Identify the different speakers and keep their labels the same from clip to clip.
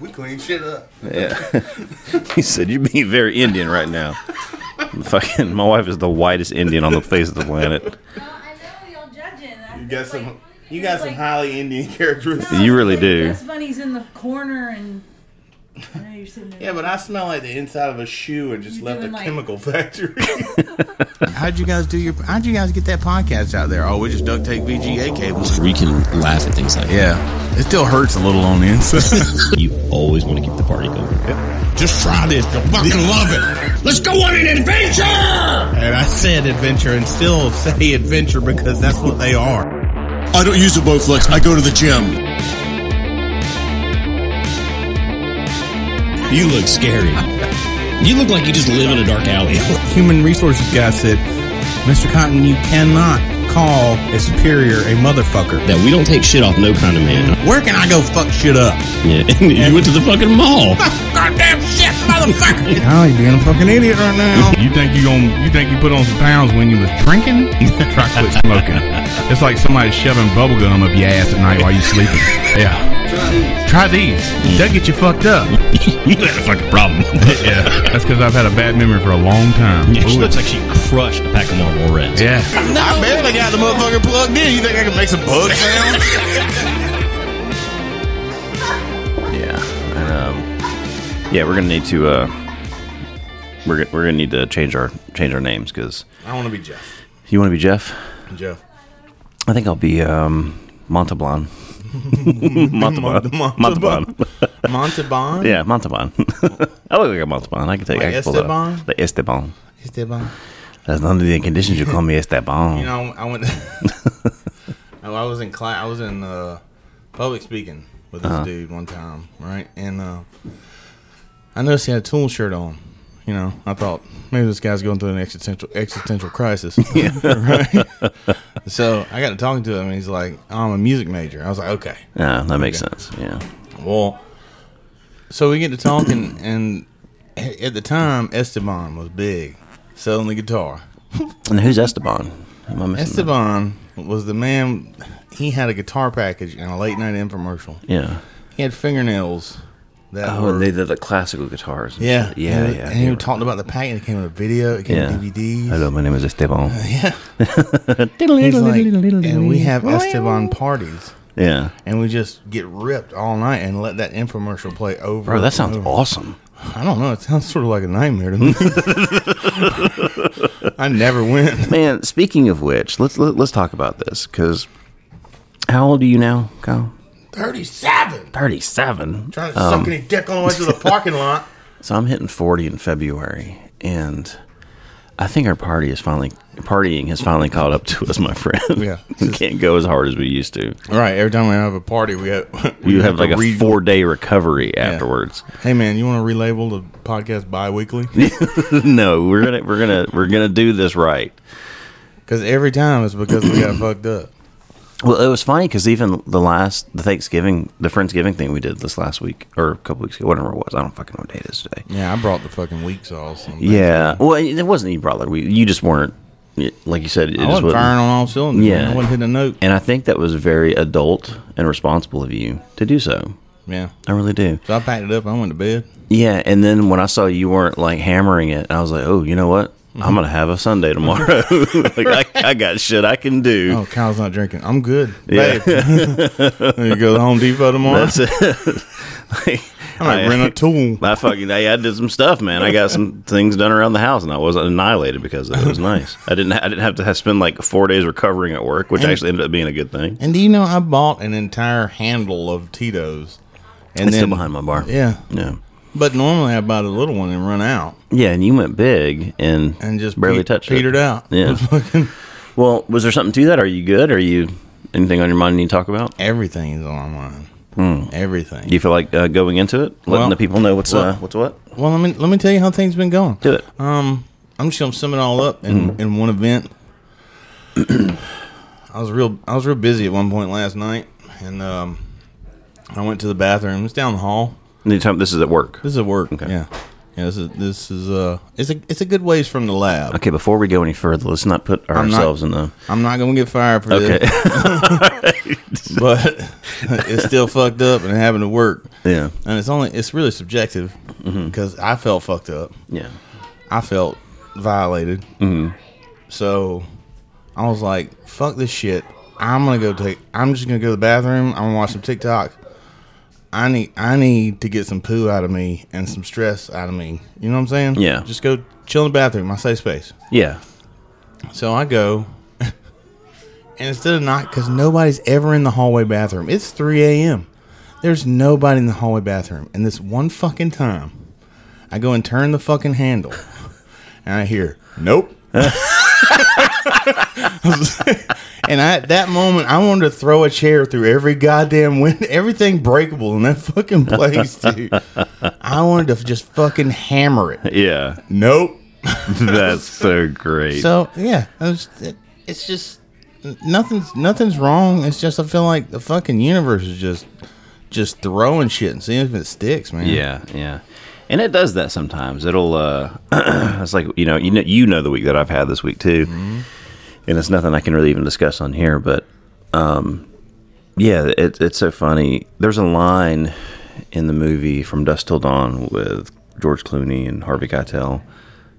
Speaker 1: we clean shit up.
Speaker 2: Yeah. he said, You're being very Indian right now. Fucking, my wife is the whitest Indian on the face of the planet.
Speaker 3: Well, I know y'all judging. I
Speaker 1: You
Speaker 3: feel
Speaker 1: got
Speaker 3: like-
Speaker 1: some. You got some
Speaker 3: like-
Speaker 1: highly Indian characteristics.
Speaker 3: No,
Speaker 2: You
Speaker 3: it's
Speaker 2: really
Speaker 3: like
Speaker 2: do.
Speaker 3: Dust bunny's in the corner, and I know you're sitting there.
Speaker 1: Yeah, but I smell like the inside of a shoe and just
Speaker 3: You
Speaker 1: left a
Speaker 3: doing like-
Speaker 1: chemical factory.
Speaker 4: How'd you guys do your? How'd you guys get that podcast out there? Oh, we just duct tape VGA cables.
Speaker 5: We can laugh at things like
Speaker 4: Yeah, it still hurts a little on the inside.
Speaker 5: that. You always want to keep the party going.
Speaker 4: just try this. You'll fucking love it. Let's go on an adventure. And I said adventure, and still say adventure because that's what they are.
Speaker 6: I don't use a Bowflex. I go to the gym.
Speaker 5: You look scary. You look like you just live in a dark alley.
Speaker 4: Human resources guy said, "Mr. Cotton, you cannot call a superior a motherfucker."
Speaker 5: That we don't take shit off no kind of man.
Speaker 4: Where can I go fuck shit up?
Speaker 5: Yeah. you went to the fucking mall.
Speaker 4: Goddamn shit, motherfucker! How you being a fucking idiot right now?
Speaker 7: You think you gon' you think you put on some pounds when you was drinking? Try quit smoking. It's like somebody shoving bubble gum up your ass at night while you sleeping. Yeah. Try these. They'll get you fucked up.
Speaker 5: you had a fucking problem.
Speaker 7: Yeah. That's because I've had a bad memory for a long time.
Speaker 5: Yeah, she
Speaker 7: Ooh,
Speaker 5: looks like she crushed a pack of Marlboro Reds.
Speaker 7: yeah.
Speaker 4: I barely got the motherfucker plugged in. You think I can make some bug sound?
Speaker 2: Yeah. And, um, yeah, we're going to need to, uh, we're, go- we're going to need to change our, change our names because
Speaker 1: I want to be Jeff.
Speaker 2: you want to be Jeff?
Speaker 1: Jeff.
Speaker 2: I think I'll be, um, Montalban. Montalban.
Speaker 1: Montalban.
Speaker 2: Montalban.
Speaker 1: Montalban.
Speaker 2: Yeah, Montalban. I look like a Montalban. I can take
Speaker 1: Like
Speaker 2: I can pull that-
Speaker 1: Esteban?
Speaker 2: The Esteban.
Speaker 1: Esteban.
Speaker 2: That's under the conditions you call me Esteban.
Speaker 1: You know, I went. I I was in class. I was in uh, public speaking with this dude one time, right? And uh, I noticed he had a tool shirt on. You know, I thought maybe this guy's going through an existential existential crisis. right? So I got to talking to him, and he's like, "I'm a music major." I was like, "Okay."
Speaker 2: yeah, that makes sense. Yeah.
Speaker 1: Well, so we get to talking, and at the time, Esteban was big, selling the guitar.
Speaker 2: And who's Esteban? Am I missing that?
Speaker 1: Esteban was the man. He had a guitar package and a late night infomercial.
Speaker 2: Yeah.
Speaker 1: He had fingernails that
Speaker 2: Oh,
Speaker 1: were
Speaker 2: and they did the classical guitars. and
Speaker 1: yeah
Speaker 2: shit. Yeah,
Speaker 1: And,
Speaker 2: yeah.
Speaker 1: and he was talking about the package. It came with a video. It came
Speaker 2: yeah.
Speaker 1: with DVDs.
Speaker 2: Hello, my name is Esteban.
Speaker 1: Uh, He's like, and we have Esteban parties,
Speaker 2: Yeah.
Speaker 1: and we just get ripped all night and let that infomercial play over.
Speaker 2: Bro, that
Speaker 1: and
Speaker 2: sounds
Speaker 1: over.
Speaker 2: awesome.
Speaker 1: I don't know. It sounds sort of like a nightmare to me. I never went.
Speaker 2: Man, speaking of which, let's let, let's talk about this because how old are you now, Kyle?
Speaker 1: Thirty-seven.
Speaker 2: Thirty-seven.
Speaker 1: Trying to
Speaker 2: Um,
Speaker 1: suck any dick on the way to the parking lot.
Speaker 2: So I'm hitting 40 in February, and I think our party is finally partying has finally caught up to us, my friend.
Speaker 1: Yeah.
Speaker 2: we can't go as hard as we used to.
Speaker 1: All right. Every time we have a party, we have we
Speaker 2: You have
Speaker 1: to
Speaker 2: like a
Speaker 1: re-
Speaker 2: four day recovery afterwards.
Speaker 1: Hey man, you want to relabel the podcast bi-weekly?
Speaker 2: no, we're gonna we're gonna we're gonna do this right.
Speaker 1: Because every time it's because we got fucked up.
Speaker 2: Well, it was funny because even the last the Thanksgiving the Friendsgiving thing we did this last week or a couple weeks ago, whatever it was, I don't fucking know what day it is today.
Speaker 1: Yeah, I brought the fucking weak sauce. on
Speaker 2: Yeah, well, it it wasn't you, brother. We you just weren't like you said. It
Speaker 1: Thanksgiving. I
Speaker 2: just
Speaker 1: wasn't
Speaker 2: wasn't.
Speaker 1: firing on all cylinders.
Speaker 2: Yeah.
Speaker 1: Yeah, I wasn't hitting a note.
Speaker 2: And I think that was very adult and responsible of you to do so.
Speaker 1: Yeah,
Speaker 2: I really do.
Speaker 1: so I packed it up. I went to bed.
Speaker 2: Yeah, and then when I saw you weren't like hammering it, I was like, oh, you know what? I'm gonna have a Sunday tomorrow. like I, I got shit I can do.
Speaker 1: Oh, Kyle's not drinking. I'm good.
Speaker 2: Yeah.
Speaker 1: Yeah. you go to Home Depot tomorrow.
Speaker 2: That's it. Like,
Speaker 1: I might rent a tool.
Speaker 2: I fucking I, I did some stuff, man. I got some things done around the house, and I wasn't annihilated because of it. It was nice. I didn't I didn't have to have spend like four days recovering at work, which actually ended up being a good thing.
Speaker 1: And do you know I bought an entire handle of Tito's? And
Speaker 2: it's still behind my bar.
Speaker 1: Yeah,
Speaker 2: yeah,
Speaker 1: but normally I buy the little one and run out
Speaker 2: yeah. And you went big and
Speaker 1: and just
Speaker 2: barely
Speaker 1: pe-
Speaker 2: touched
Speaker 1: petered
Speaker 2: it.
Speaker 1: out.
Speaker 2: Yeah. well, was there something to that? Are you good? Are you anything on your mind you need to talk about?
Speaker 1: Everything is on my mind.
Speaker 2: Hmm.
Speaker 1: Everything.
Speaker 2: Do you feel like uh, going into it, letting
Speaker 1: Well,
Speaker 2: the people know what's uh,
Speaker 1: well-
Speaker 2: what's what?
Speaker 1: Well, let me let me tell you how things been going.
Speaker 2: Do it.
Speaker 1: Um, I'm just gonna sum it all up in,
Speaker 2: Mm-hmm.
Speaker 1: in one event. I was real I was real busy at one point last night, and um, I went to the bathroom. It's down the hall.
Speaker 2: Anytime this is at work.
Speaker 1: This is at work.
Speaker 2: Okay.
Speaker 1: Yeah, yeah. This is this is uh, it's a it's a good ways from the lab.
Speaker 2: Okay, before we go any further, let's not put
Speaker 1: not-
Speaker 2: ourselves in the
Speaker 1: I'm not gonna get fired for
Speaker 2: Okay.
Speaker 1: this, but it's still fucked up and having to work.
Speaker 2: Yeah.
Speaker 1: And it's only it's really subjective
Speaker 2: Mm-hmm.
Speaker 1: because I felt fucked up.
Speaker 2: Yeah.
Speaker 1: I felt violated. So I was like, fuck this shit. I'm gonna go take I'm just gonna go to the bathroom, I'm gonna watch some TikTok. I need I need to get some poo out of me and some stress out of me. You know what I'm saying?
Speaker 2: Yeah.
Speaker 1: Just go chill in the bathroom, my safe space.
Speaker 2: Yeah.
Speaker 1: So I go, and instead of not, because nobody's ever in the hallway bathroom. It's 3 a.m. There's nobody in the hallway bathroom. And this one fucking time, I go and turn the fucking handle, and I hear, nope. and I, at that moment, I wanted to throw a chair through every goddamn window, everything breakable in that fucking place, dude. I wanted to just fucking hammer it.
Speaker 2: Yeah.
Speaker 1: Nope.
Speaker 2: That's so great.
Speaker 1: So yeah, I was, it, it's just n- nothing's nothing's wrong. It's just I feel like the fucking universe is just just throwing shit and seeing if it sticks, man.
Speaker 2: yeah, yeah. And it does that sometimes. It'll uh it's like, you know, you know you know the week that I've had this week too. And it's nothing I can really even discuss on here, but um yeah, it, it's so funny. There's a line in the movie from Dust Till Dawn with George Clooney and Harvey Keitel.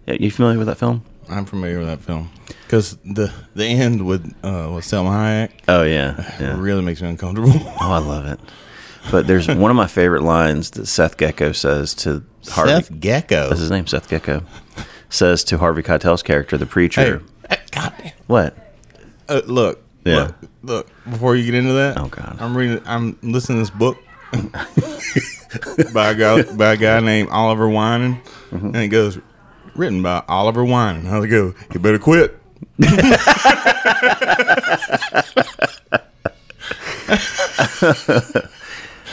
Speaker 2: Yeah, You familiar with that film?
Speaker 1: I'm familiar with that film because the the end with uh, with Selma Hayek
Speaker 2: Oh yeah, yeah.
Speaker 1: really makes me uncomfortable.
Speaker 2: Oh, I love it. But there's one of my favorite lines that Seth Gecko says to Harvey.
Speaker 1: Seth Gecko.
Speaker 2: That's his name, Seth Gecko. Says to Harvey Keitel's character, the
Speaker 1: Hey,
Speaker 2: preacher.
Speaker 1: eh, goddamn.
Speaker 2: What?
Speaker 1: Uh, look,
Speaker 2: Yeah.
Speaker 1: look, look. Before you get into that,
Speaker 2: Oh, God.
Speaker 1: I'm reading. I'm listening to this book by a guy by a guy named Oliver Winan,
Speaker 2: Mm-hmm.
Speaker 1: and it goes written by Oliver Winan. I go, you better quit.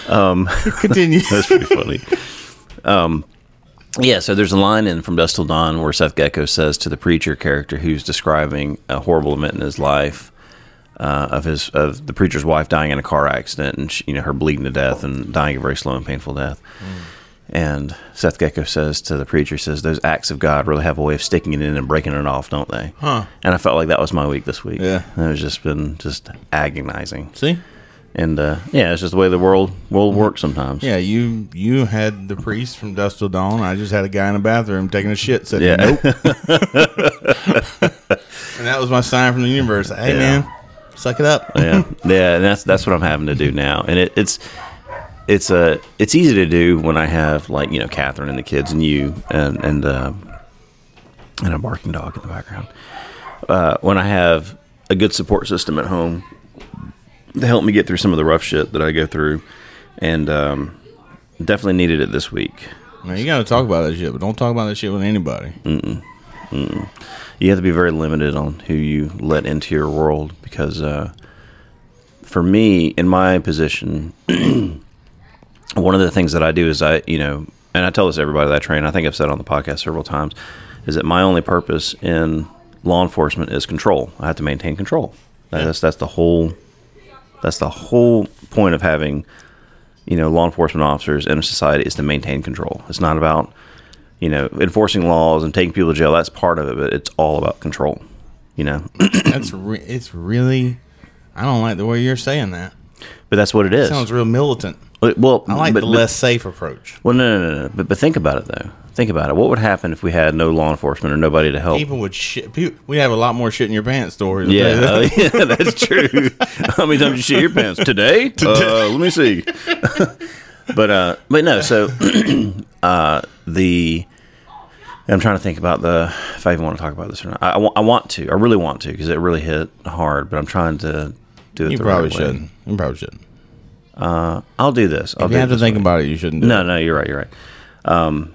Speaker 1: um, continue.
Speaker 2: That's pretty funny. um, yeah, so there's a line in From Dust Till Dawn where Seth Gecko says to the preacher character who's describing a horrible event in his life uh, of his of the preacher's wife dying in a car accident and she, you know her bleeding to death and dying a very slow and painful death. And Seth Gecko says to the preacher, says those acts of God really have a way of sticking it in and breaking it off, don't they? Huh. And I felt like that was my week this week.
Speaker 1: Yeah.
Speaker 2: and it's just been just agonizing.
Speaker 1: See,
Speaker 2: And uh, yeah, it's just the way the world world works sometimes.
Speaker 1: yeah, you you had the priest from Dust Till Dawn. I just had a guy in a bathroom taking a shit. Said,
Speaker 2: Yeah.
Speaker 1: nope. And that was my sign from the universe. Hey,
Speaker 2: Yeah.
Speaker 1: man, suck it up.
Speaker 2: yeah, yeah, and that's that's what I'm having to do now, and it, it's it's uh, it's easy to do when I have like you know Catherine and the kids and you and and uh, and a barking dog in the background. Uh, when I have a good support system at home to help me get through some of the rough shit that I go through, and um, definitely needed it this week.
Speaker 1: Man, you got to talk about that shit, but don't talk about that shit with anybody.
Speaker 2: you have to be very limited on who you let into your world because uh, for me in my position one of the things that i do is i you know and i tell this to everybody that i train i think i've said it on the podcast several times is that my only purpose in law enforcement is control i have to maintain control that's that's the whole that's the whole point of having you know law enforcement officers in a society is to maintain control it's not about you know, enforcing laws and taking people to jail, that's part of it, but it's all about control, you know? but
Speaker 1: That's re- it's really. I don't like the way you're saying that.
Speaker 2: that's what it is.
Speaker 1: Sounds real militant.
Speaker 2: well,
Speaker 1: I like
Speaker 2: but,
Speaker 1: the
Speaker 2: but-
Speaker 1: less safe approach.
Speaker 2: Well, no, no, no, no. But, but think about it, though. Think about it. What would happen if we had no law enforcement or nobody to help?
Speaker 1: People would shit. People, we have a lot more shit in your pants stories. I'll
Speaker 2: Yeah,
Speaker 1: tell you
Speaker 2: uh, yeah, that's true. How many times you shit your pants today? Uh, let me see. but uh, but no. So uh, the I'm trying to think about the if I even want to talk about this or not. I, I, wa- I want to. I really want to because it really hit hard. But I'm trying to do
Speaker 1: that.
Speaker 2: it.
Speaker 1: you
Speaker 2: the
Speaker 1: probably
Speaker 2: right way.
Speaker 1: shouldn't. You probably shouldn't.
Speaker 2: I'll do this. I'll
Speaker 1: If
Speaker 2: do
Speaker 1: you have
Speaker 2: it
Speaker 1: to
Speaker 2: this
Speaker 1: think
Speaker 2: way.
Speaker 1: about it, you shouldn't. Do
Speaker 2: No, no, you're right. You're right.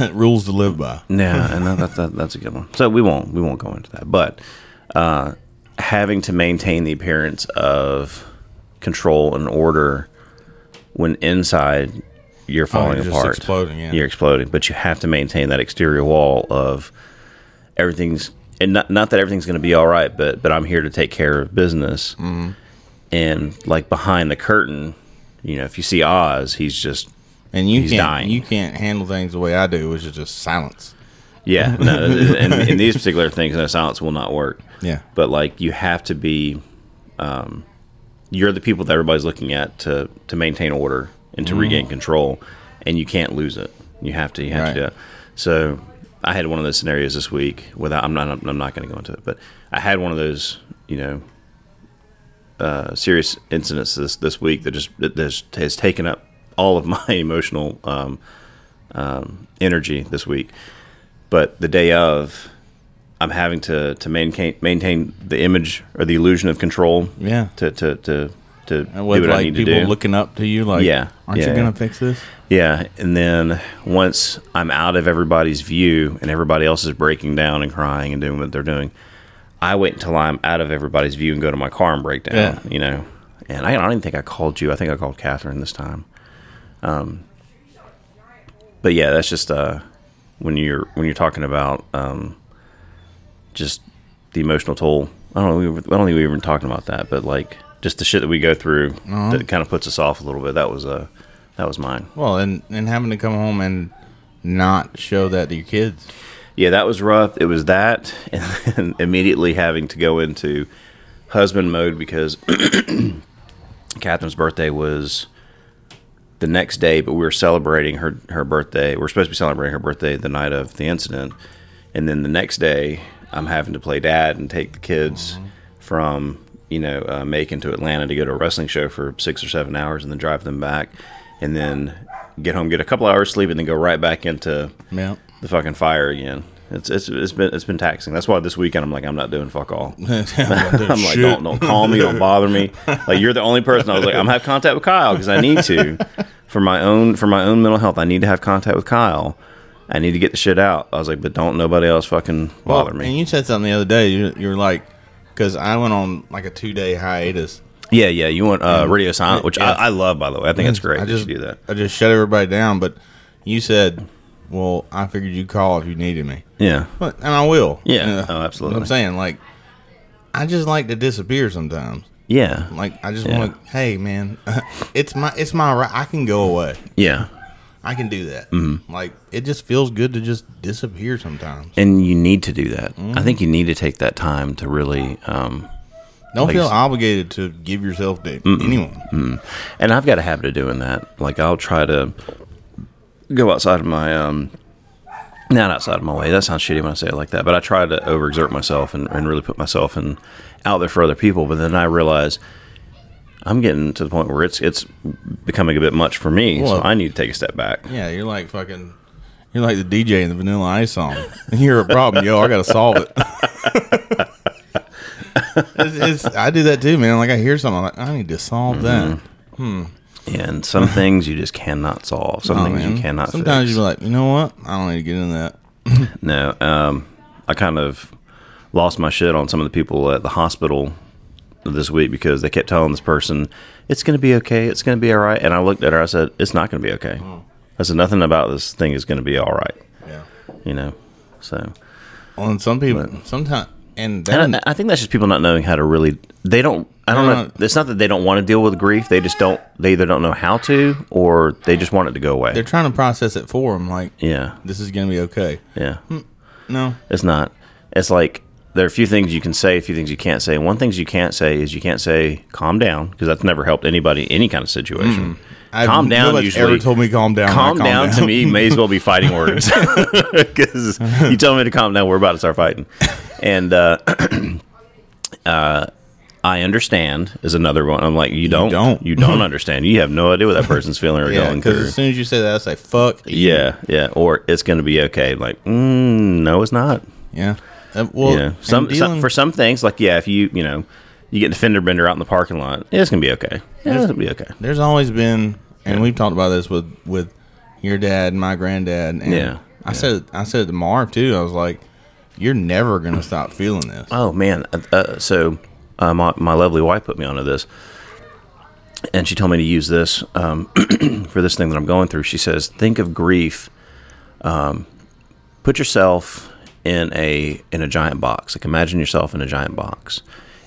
Speaker 1: it. rules to live by.
Speaker 2: Yeah, and that, that, that, that's a good one. So we won't we won't go into that, but uh, having to maintain the appearance of control and order when inside you're falling
Speaker 1: Oh, you're just
Speaker 2: apart,
Speaker 1: exploding, yeah.
Speaker 2: you're exploding, but you have to maintain that exterior wall of everything's and not not that everything's going to be all right, but but I'm here to take care of business,
Speaker 1: Mm-hmm.
Speaker 2: and like behind the curtain, you know, if you see Oz, he's just
Speaker 1: And you
Speaker 2: He's
Speaker 1: can't.
Speaker 2: dying.
Speaker 1: You can't handle things the way I do, which is just silence.
Speaker 2: Yeah, no, and, and these particular things, no silence will not work.
Speaker 1: Yeah.
Speaker 2: but like you have to be, um, you're the people that everybody's looking at to to maintain order and to regain control, and you can't lose it. You have to. You have to
Speaker 1: Right.
Speaker 2: do it. So I had one of those scenarios this week. Without I'm not I'm not going to go into it, but I had one of those you know uh, serious incidents this this week that just that just has taken up all of my emotional um, um, energy this week. But the day of, I'm having to to maintain maintain the image or the illusion of control.
Speaker 1: Yeah.
Speaker 2: To to to to do
Speaker 1: And with
Speaker 2: what
Speaker 1: like
Speaker 2: I need to
Speaker 1: people
Speaker 2: do.
Speaker 1: looking up to you, like,
Speaker 2: Yeah,
Speaker 1: aren't
Speaker 2: yeah,
Speaker 1: you gonna
Speaker 2: yeah.
Speaker 1: fix this?
Speaker 2: yeah, and then once I'm out of everybody's view and everybody else is breaking down and crying and doing what they're doing, I wait until I'm out of everybody's view and go to my car and break down.
Speaker 1: Yeah.
Speaker 2: You know, and I, I don't even think I called you. I think I called Catherine this time. Um, but yeah, that's just uh, when you're when you're talking about um, just the emotional toll. I don't know. We were, I don't think we were even talking about that, but like just the shit that we go through that kind of puts us off a little bit. That was uh, that was mine.
Speaker 1: Well, and and having to come home and not show that to your kids.
Speaker 2: Yeah, that was rough. It was that, and then immediately having to go into husband mode because Catherine's birthday was the next day, but we were celebrating her her birthday. We are supposed to be celebrating her birthday the night of the incident, and then the next day, I'm having to play dad and take the kids from you know uh, Macon to Atlanta to go to a wrestling show for six or seven hours, and then drive them back, and then get home, get a couple hours sleep, and then go right back into
Speaker 1: Yeah.
Speaker 2: the fucking fire again. It's, it's it's been it's been taxing. That's why this weekend I'm like I'm not doing fuck all. I'm like don't don't call me, don't bother me. Like you're the only person. I was like I'm have contact with Kyle because I need to for my own for my own mental health. I need to have contact with Kyle. I need to get the shit out. I was like, but don't nobody else fucking bother
Speaker 1: Well, And
Speaker 2: me.
Speaker 1: you said something the other day. You, you were like, because I went on like a two day hiatus.
Speaker 2: yeah, yeah. You want uh, radio silent, which
Speaker 1: Yeah. Mm.
Speaker 2: I, I love by the way. I think it's great.
Speaker 1: I
Speaker 2: that you
Speaker 1: just
Speaker 2: should do that.
Speaker 1: I just shut everybody down. But you said, well, I figured you'd call if you needed me.
Speaker 2: Yeah,
Speaker 1: But, and I will.
Speaker 2: Yeah.
Speaker 1: You know,
Speaker 2: Oh, absolutely.
Speaker 1: what I'm saying, like, I just like to disappear sometimes.
Speaker 2: yeah,
Speaker 1: Like, I just
Speaker 2: Yeah.
Speaker 1: want to, hey, man, it's my, it's my right. I can go away.
Speaker 2: yeah.
Speaker 1: I can do that.
Speaker 2: Mm-hmm.
Speaker 1: Like, it just feels good to just disappear sometimes.
Speaker 2: And you need to do that. I
Speaker 1: Mm.
Speaker 2: think you need to take that time to really um,
Speaker 1: Don't
Speaker 2: Like-
Speaker 1: feel obligated to give yourself to anyone.
Speaker 2: And I've got a habit of doing that. Like I'll try to go outside of my um not outside of my way. That sounds shitty when I say it like that, but I try to overexert myself and, and really put myself in out there for other people, but then I realize I'm getting to the point where it's it's becoming a bit much for me, so
Speaker 1: Well-
Speaker 2: I need to take a step back.
Speaker 1: Yeah, you're like fucking. You're like the DJ in the Vanilla Ice song. You're a problem, yo. I gotta solve it. it's, it's, I do that too, man. Like I hear something, I'm like I need to solve that.
Speaker 2: And some things you just cannot solve. Some
Speaker 1: Oh,
Speaker 2: things
Speaker 1: man.
Speaker 2: you cannot
Speaker 1: Sometimes
Speaker 2: fix.
Speaker 1: you're like, you know what? I don't need to get in that.
Speaker 2: No, um, I kind of lost my shit on some of the people at the hospital this week because they kept telling this person it's going to be okay, it's going to be all right, and I looked at her, I said it's not going to be okay. I said nothing about this thing is going to be all right,
Speaker 1: Yeah.
Speaker 2: you know. So
Speaker 1: Well, and some people sometimes, and that,
Speaker 2: and I, I think that's just people not knowing how to really. They don't. I don't
Speaker 1: They're
Speaker 2: know.
Speaker 1: not-
Speaker 2: It's not that they don't want to deal with grief. They just don't. They either don't know how to, or they just want it to go away.
Speaker 1: they're trying to process it for them. Like,
Speaker 2: yeah,
Speaker 1: this is gonna be okay.
Speaker 2: yeah.
Speaker 1: No,
Speaker 2: It's not. It's like there are a few things you can say, a few things you can't say. One things you can't say is you can't say "calm down" because that's never helped anybody in any kind of situation.
Speaker 1: I've-
Speaker 2: calm down.
Speaker 1: nobody's
Speaker 2: Usually,
Speaker 1: ever told me calm Mm. down.
Speaker 2: Calm,
Speaker 1: I calm
Speaker 2: down, to
Speaker 1: down.
Speaker 2: me may as well be fighting words because you tell me to calm down, we're about to start fighting. And uh, uh, I understand is another one. I'm like, you don't,
Speaker 1: don't.
Speaker 2: you don't understand. You have no idea what that person's feeling or
Speaker 1: yeah.
Speaker 2: going
Speaker 1: Because
Speaker 2: through.
Speaker 1: as soon as you say that, I say fuck.
Speaker 2: Yeah, yeah. Or it's going to be okay. Like, mm, no, it's not
Speaker 1: Yeah. Uh, well,
Speaker 2: yeah.
Speaker 1: and
Speaker 2: Some, some
Speaker 1: dealing-
Speaker 2: for some things, like yeah, if you you know you get a fender bender out in the parking lot, yeah, it's gonna be okay. Yeah, it's gonna be okay.
Speaker 1: there's always been and we've talked about this with with your dad and my granddad and
Speaker 2: Yeah,
Speaker 1: i said i said it to marv too i was like you're never gonna stop feeling this
Speaker 2: Oh man. Uh, Uh, so uh, my my lovely wife put me onto this, and she told me to use this um, for this thing that I'm going through. She says, think of grief. Um, put yourself in a in a giant box. Like imagine yourself in a giant box,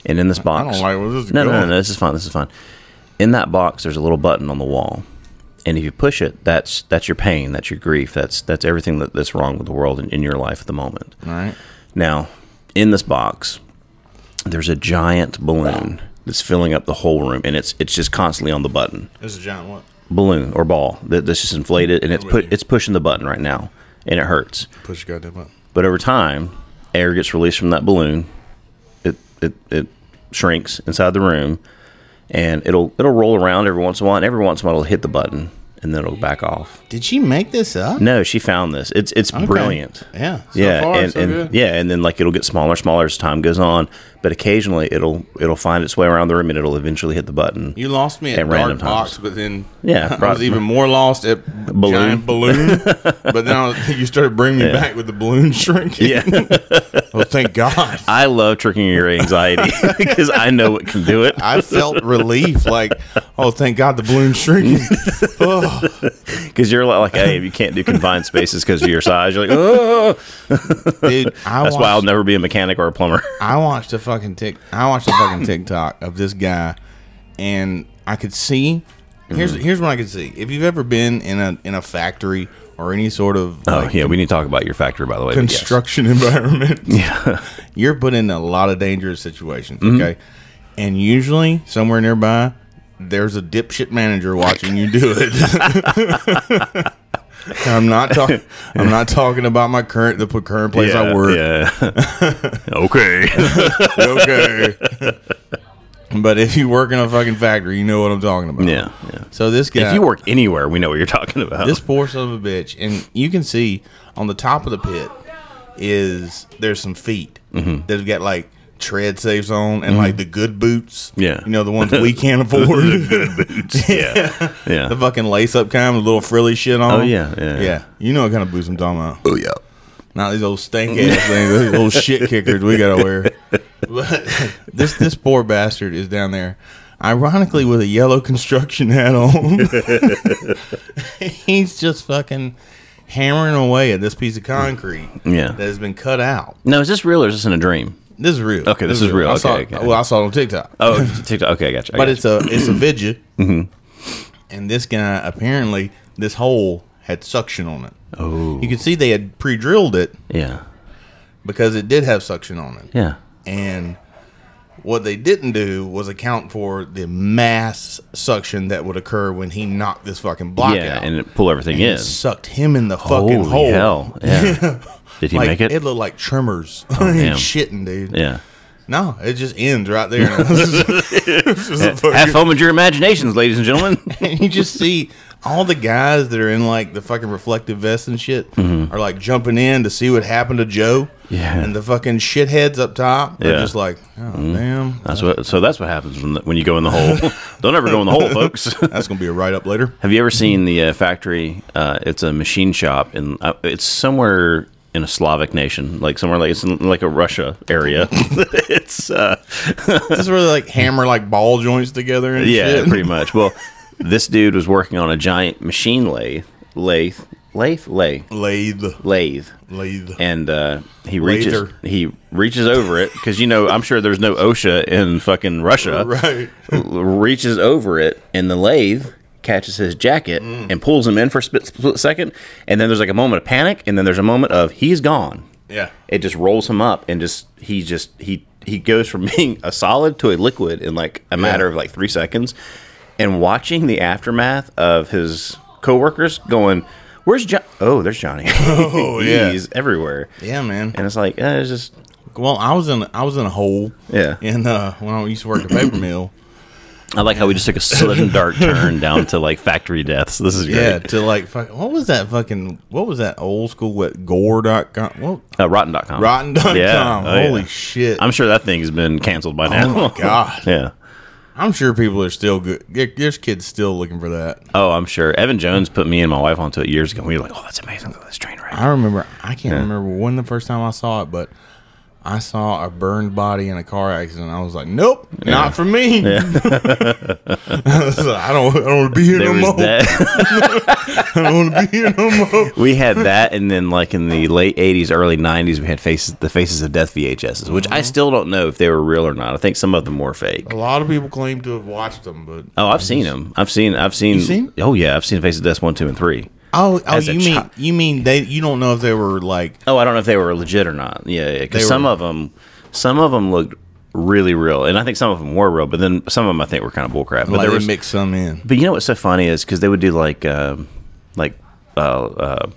Speaker 2: and in this box,
Speaker 1: like where this is
Speaker 2: no, no, no,
Speaker 1: going.
Speaker 2: no, this is fine. This is fine. In that box, there's a little button on the wall, and if you push it, that's that's your pain, that's your grief, that's that's everything that, that's wrong with the world and in your life at the moment.
Speaker 1: right
Speaker 2: Now, in this box, there's a giant balloon that's filling up the whole room, and it's it's just constantly on the button
Speaker 1: This is a giant what?
Speaker 2: balloon or ball that, that's just inflated, and it's
Speaker 1: with
Speaker 2: put
Speaker 1: you.
Speaker 2: it's pushing the button right now, and it hurts.
Speaker 1: Push your goddamn button.
Speaker 2: But over time, air gets released from that balloon. It it, it shrinks inside the room, and it'll it'll roll around every once in a while, and every once in a while it'll hit the button, and then it'll back off.
Speaker 1: Did she make this up?
Speaker 2: No, she found this. It's it's
Speaker 1: Okay.
Speaker 2: brilliant.
Speaker 1: Yeah. So
Speaker 2: yeah,
Speaker 1: far,
Speaker 2: and,
Speaker 1: so
Speaker 2: and
Speaker 1: good.
Speaker 2: yeah, and then like it'll get smaller, smaller as time goes on. But occasionally it'll it'll find its way around the room, and it'll eventually hit the button.
Speaker 1: You lost me at,
Speaker 2: At
Speaker 1: dark
Speaker 2: random
Speaker 1: box,
Speaker 2: times.
Speaker 1: but then
Speaker 2: Yeah,
Speaker 1: I
Speaker 2: brought-
Speaker 1: was even more lost at
Speaker 2: Balloon.
Speaker 1: balloon. giant balloon. but then I was, you started bringing me back with the balloon shrinking.
Speaker 2: yeah,
Speaker 1: Oh, thank God.
Speaker 2: I love tricking your anxiety because I know it can do it.
Speaker 1: I felt relief, like, oh, thank God the balloon shrinking. oh,
Speaker 2: Because you're like, hey, you can't do confined spaces because of your size. You're like, oh.
Speaker 1: dude, I
Speaker 2: That's
Speaker 1: watched,
Speaker 2: why I'll never be a mechanic or a plumber.
Speaker 1: I watched a fucking tick. I watched a fucking TikTok of this guy, and I could see.
Speaker 2: Mm-hmm.
Speaker 1: Here's here's what I could see. If you've ever been in a in a factory or any sort of
Speaker 2: Oh
Speaker 1: like,
Speaker 2: yeah, we need to talk about your factory, by the way. but yes.
Speaker 1: construction environment, you're put in a lot of dangerous situations.
Speaker 2: Mm-hmm.
Speaker 1: Okay, and usually somewhere nearby, there's a dipshit manager watching you do it. I'm not talking. I'm not talking about my current the current place I work.
Speaker 2: Yeah. okay.
Speaker 1: okay. but if you work in a fucking factory, you know what I'm talking about.
Speaker 2: yeah. Yeah.
Speaker 1: So this guy,
Speaker 2: If you work anywhere, we know what you're talking about.
Speaker 1: this poor son of a bitch, and you can see on the top of the pit is there's some feet
Speaker 2: Mm-hmm.
Speaker 1: that have got like tread safes on and like the good boots.
Speaker 2: Yeah.
Speaker 1: you know the ones we can't afford. the good boots.
Speaker 2: yeah. Yeah.
Speaker 1: fucking lace up kind with little frilly shit on.
Speaker 2: Oh,
Speaker 1: them.
Speaker 2: yeah, yeah.
Speaker 1: yeah. You know what kind of boots I'm talking about. Oh yeah. Not these old stank ass things, those old shit kickers we gotta wear. But this this poor bastard is down there, ironically with a yellow construction hat on. He's just fucking hammering away at this piece of concrete
Speaker 2: Yeah.
Speaker 1: that has been cut out.
Speaker 2: no, is this real or is this in a dream?
Speaker 1: This is real.
Speaker 2: Okay, this is real.
Speaker 1: I saw
Speaker 2: Okay,
Speaker 1: it-
Speaker 2: okay.
Speaker 1: Well, I saw it on TikTok
Speaker 2: Oh, Mm-hmm. TikTok. Okay, I got you. I
Speaker 1: but
Speaker 2: got
Speaker 1: it's a it's a vidya, and this guy apparently this hole had suction on it. Oh, you could see they had pre-drilled it
Speaker 2: you. yeah.
Speaker 1: because it did have suction on it.
Speaker 2: Yeah.
Speaker 1: And what they didn't do was account for the mass suction that would occur when he knocked this fucking block
Speaker 2: yeah,
Speaker 1: out
Speaker 2: and it pull everything in.
Speaker 1: It sucked him in the
Speaker 2: Holy
Speaker 1: fucking hole.
Speaker 2: hell! Yeah. Did he
Speaker 1: Like,
Speaker 2: make it? Oh,
Speaker 1: looked like tremors.
Speaker 2: damn.
Speaker 1: shitting, dude.
Speaker 2: yeah.
Speaker 1: No, it just ends right there. It's just a
Speaker 2: Have fun with your imaginations, ladies and gentlemen.
Speaker 1: and you just see all the guys that are in like the fucking reflective vests and shit are like jumping in to see what happened to Joe.
Speaker 2: Mm-hmm. Yeah.
Speaker 1: And the fucking shitheads up top are
Speaker 2: Yeah. Mm-hmm.
Speaker 1: just like, oh, damn.
Speaker 2: That's what. So that's what happens when, when you go in the hole. Don't ever go in the hole, folks.
Speaker 1: That's going to be a write up later.
Speaker 2: Have you ever seen the uh, factory? Uh, it's a machine shop, and uh, it's somewhere in a Slavic nation, like somewhere like it's in like a Russia area. it's uh,
Speaker 1: This is where they like hammer like ball joints together and
Speaker 2: yeah,
Speaker 1: shit.
Speaker 2: pretty much. Well, this dude was working on a giant machine lathe, lathe, lathe, lathe,
Speaker 1: Lathe.
Speaker 2: lathe,
Speaker 1: Lathe.
Speaker 2: and uh, he reaches
Speaker 1: Lather.
Speaker 2: he reaches over it because you know I'm sure there's no OSHA in fucking Russia.
Speaker 1: Right.
Speaker 2: L- reaches over it, and the lathe catches his jacket and pulls him in for a split, split second, and then there's like a moment of panic, and then there's a moment of he's gone.
Speaker 1: Yeah.
Speaker 2: It just rolls him up, and just he just he he goes from being a solid to a liquid in like a matter of like three seconds, and watching the aftermath of his coworkers going. Where's John? Oh, there's Johnny. Oh,
Speaker 1: yeah.
Speaker 2: He's everywhere.
Speaker 1: Yeah, man.
Speaker 2: And it's like, eh, it's just
Speaker 1: Well, I was in I was in a hole.
Speaker 2: Yeah.
Speaker 1: And uh, when I used to work at a paper mill.
Speaker 2: I like how we just took a sudden dark turn down to like factory deaths. This is great.
Speaker 1: Yeah. To like, fuck, what was that fucking, what was that old school, what, gore.com? What?
Speaker 2: Uh, rotten.com.
Speaker 1: Rotten.com.
Speaker 2: Yeah. Oh,
Speaker 1: Holy
Speaker 2: yeah.
Speaker 1: shit.
Speaker 2: I'm sure that thing's been canceled by now.
Speaker 1: Oh, my God.
Speaker 2: yeah.
Speaker 1: I'm sure people are still good. there- There's kids still looking for that.
Speaker 2: Oh, I'm sure. Evan Jones put me and my wife onto it years ago. We were like, oh, that's amazing. Look at this train wreck.
Speaker 1: I remember. I can't remember when the first time I saw it, but I saw a burned body in a car accident. I was like, nope, not for me. I, was like, I don't. I don't want to be here
Speaker 2: There
Speaker 1: no more.
Speaker 2: was that.
Speaker 1: I don't want to be here no more.
Speaker 2: we had that, and then like in the late '80s, early '90s, we had faces the Faces of Death VHSs, which
Speaker 1: Mm-hmm.
Speaker 2: I still don't know if they were real or not. I think some of them were fake.
Speaker 1: A lot of people claim to have watched them, but
Speaker 2: Oh, I've seen them. I've seen. I've seen.
Speaker 1: seen?
Speaker 2: Oh yeah, I've seen Faces of Death one, two, and three.
Speaker 1: oh, oh,
Speaker 2: As a
Speaker 1: you mean
Speaker 2: chi-
Speaker 1: you mean they? You don't know if they were like
Speaker 2: Oh, I don't know if they were legit or not. Yeah, yeah.
Speaker 1: They
Speaker 2: Because some
Speaker 1: were-
Speaker 2: of them, some of them looked really real, and I think some of them were real, but then some of them I think were kind of bullcrap. But
Speaker 1: But like
Speaker 2: there
Speaker 1: they
Speaker 2: was,
Speaker 1: mix some in.
Speaker 2: but you know what's so funny is because they would do like, um like, uh, uh,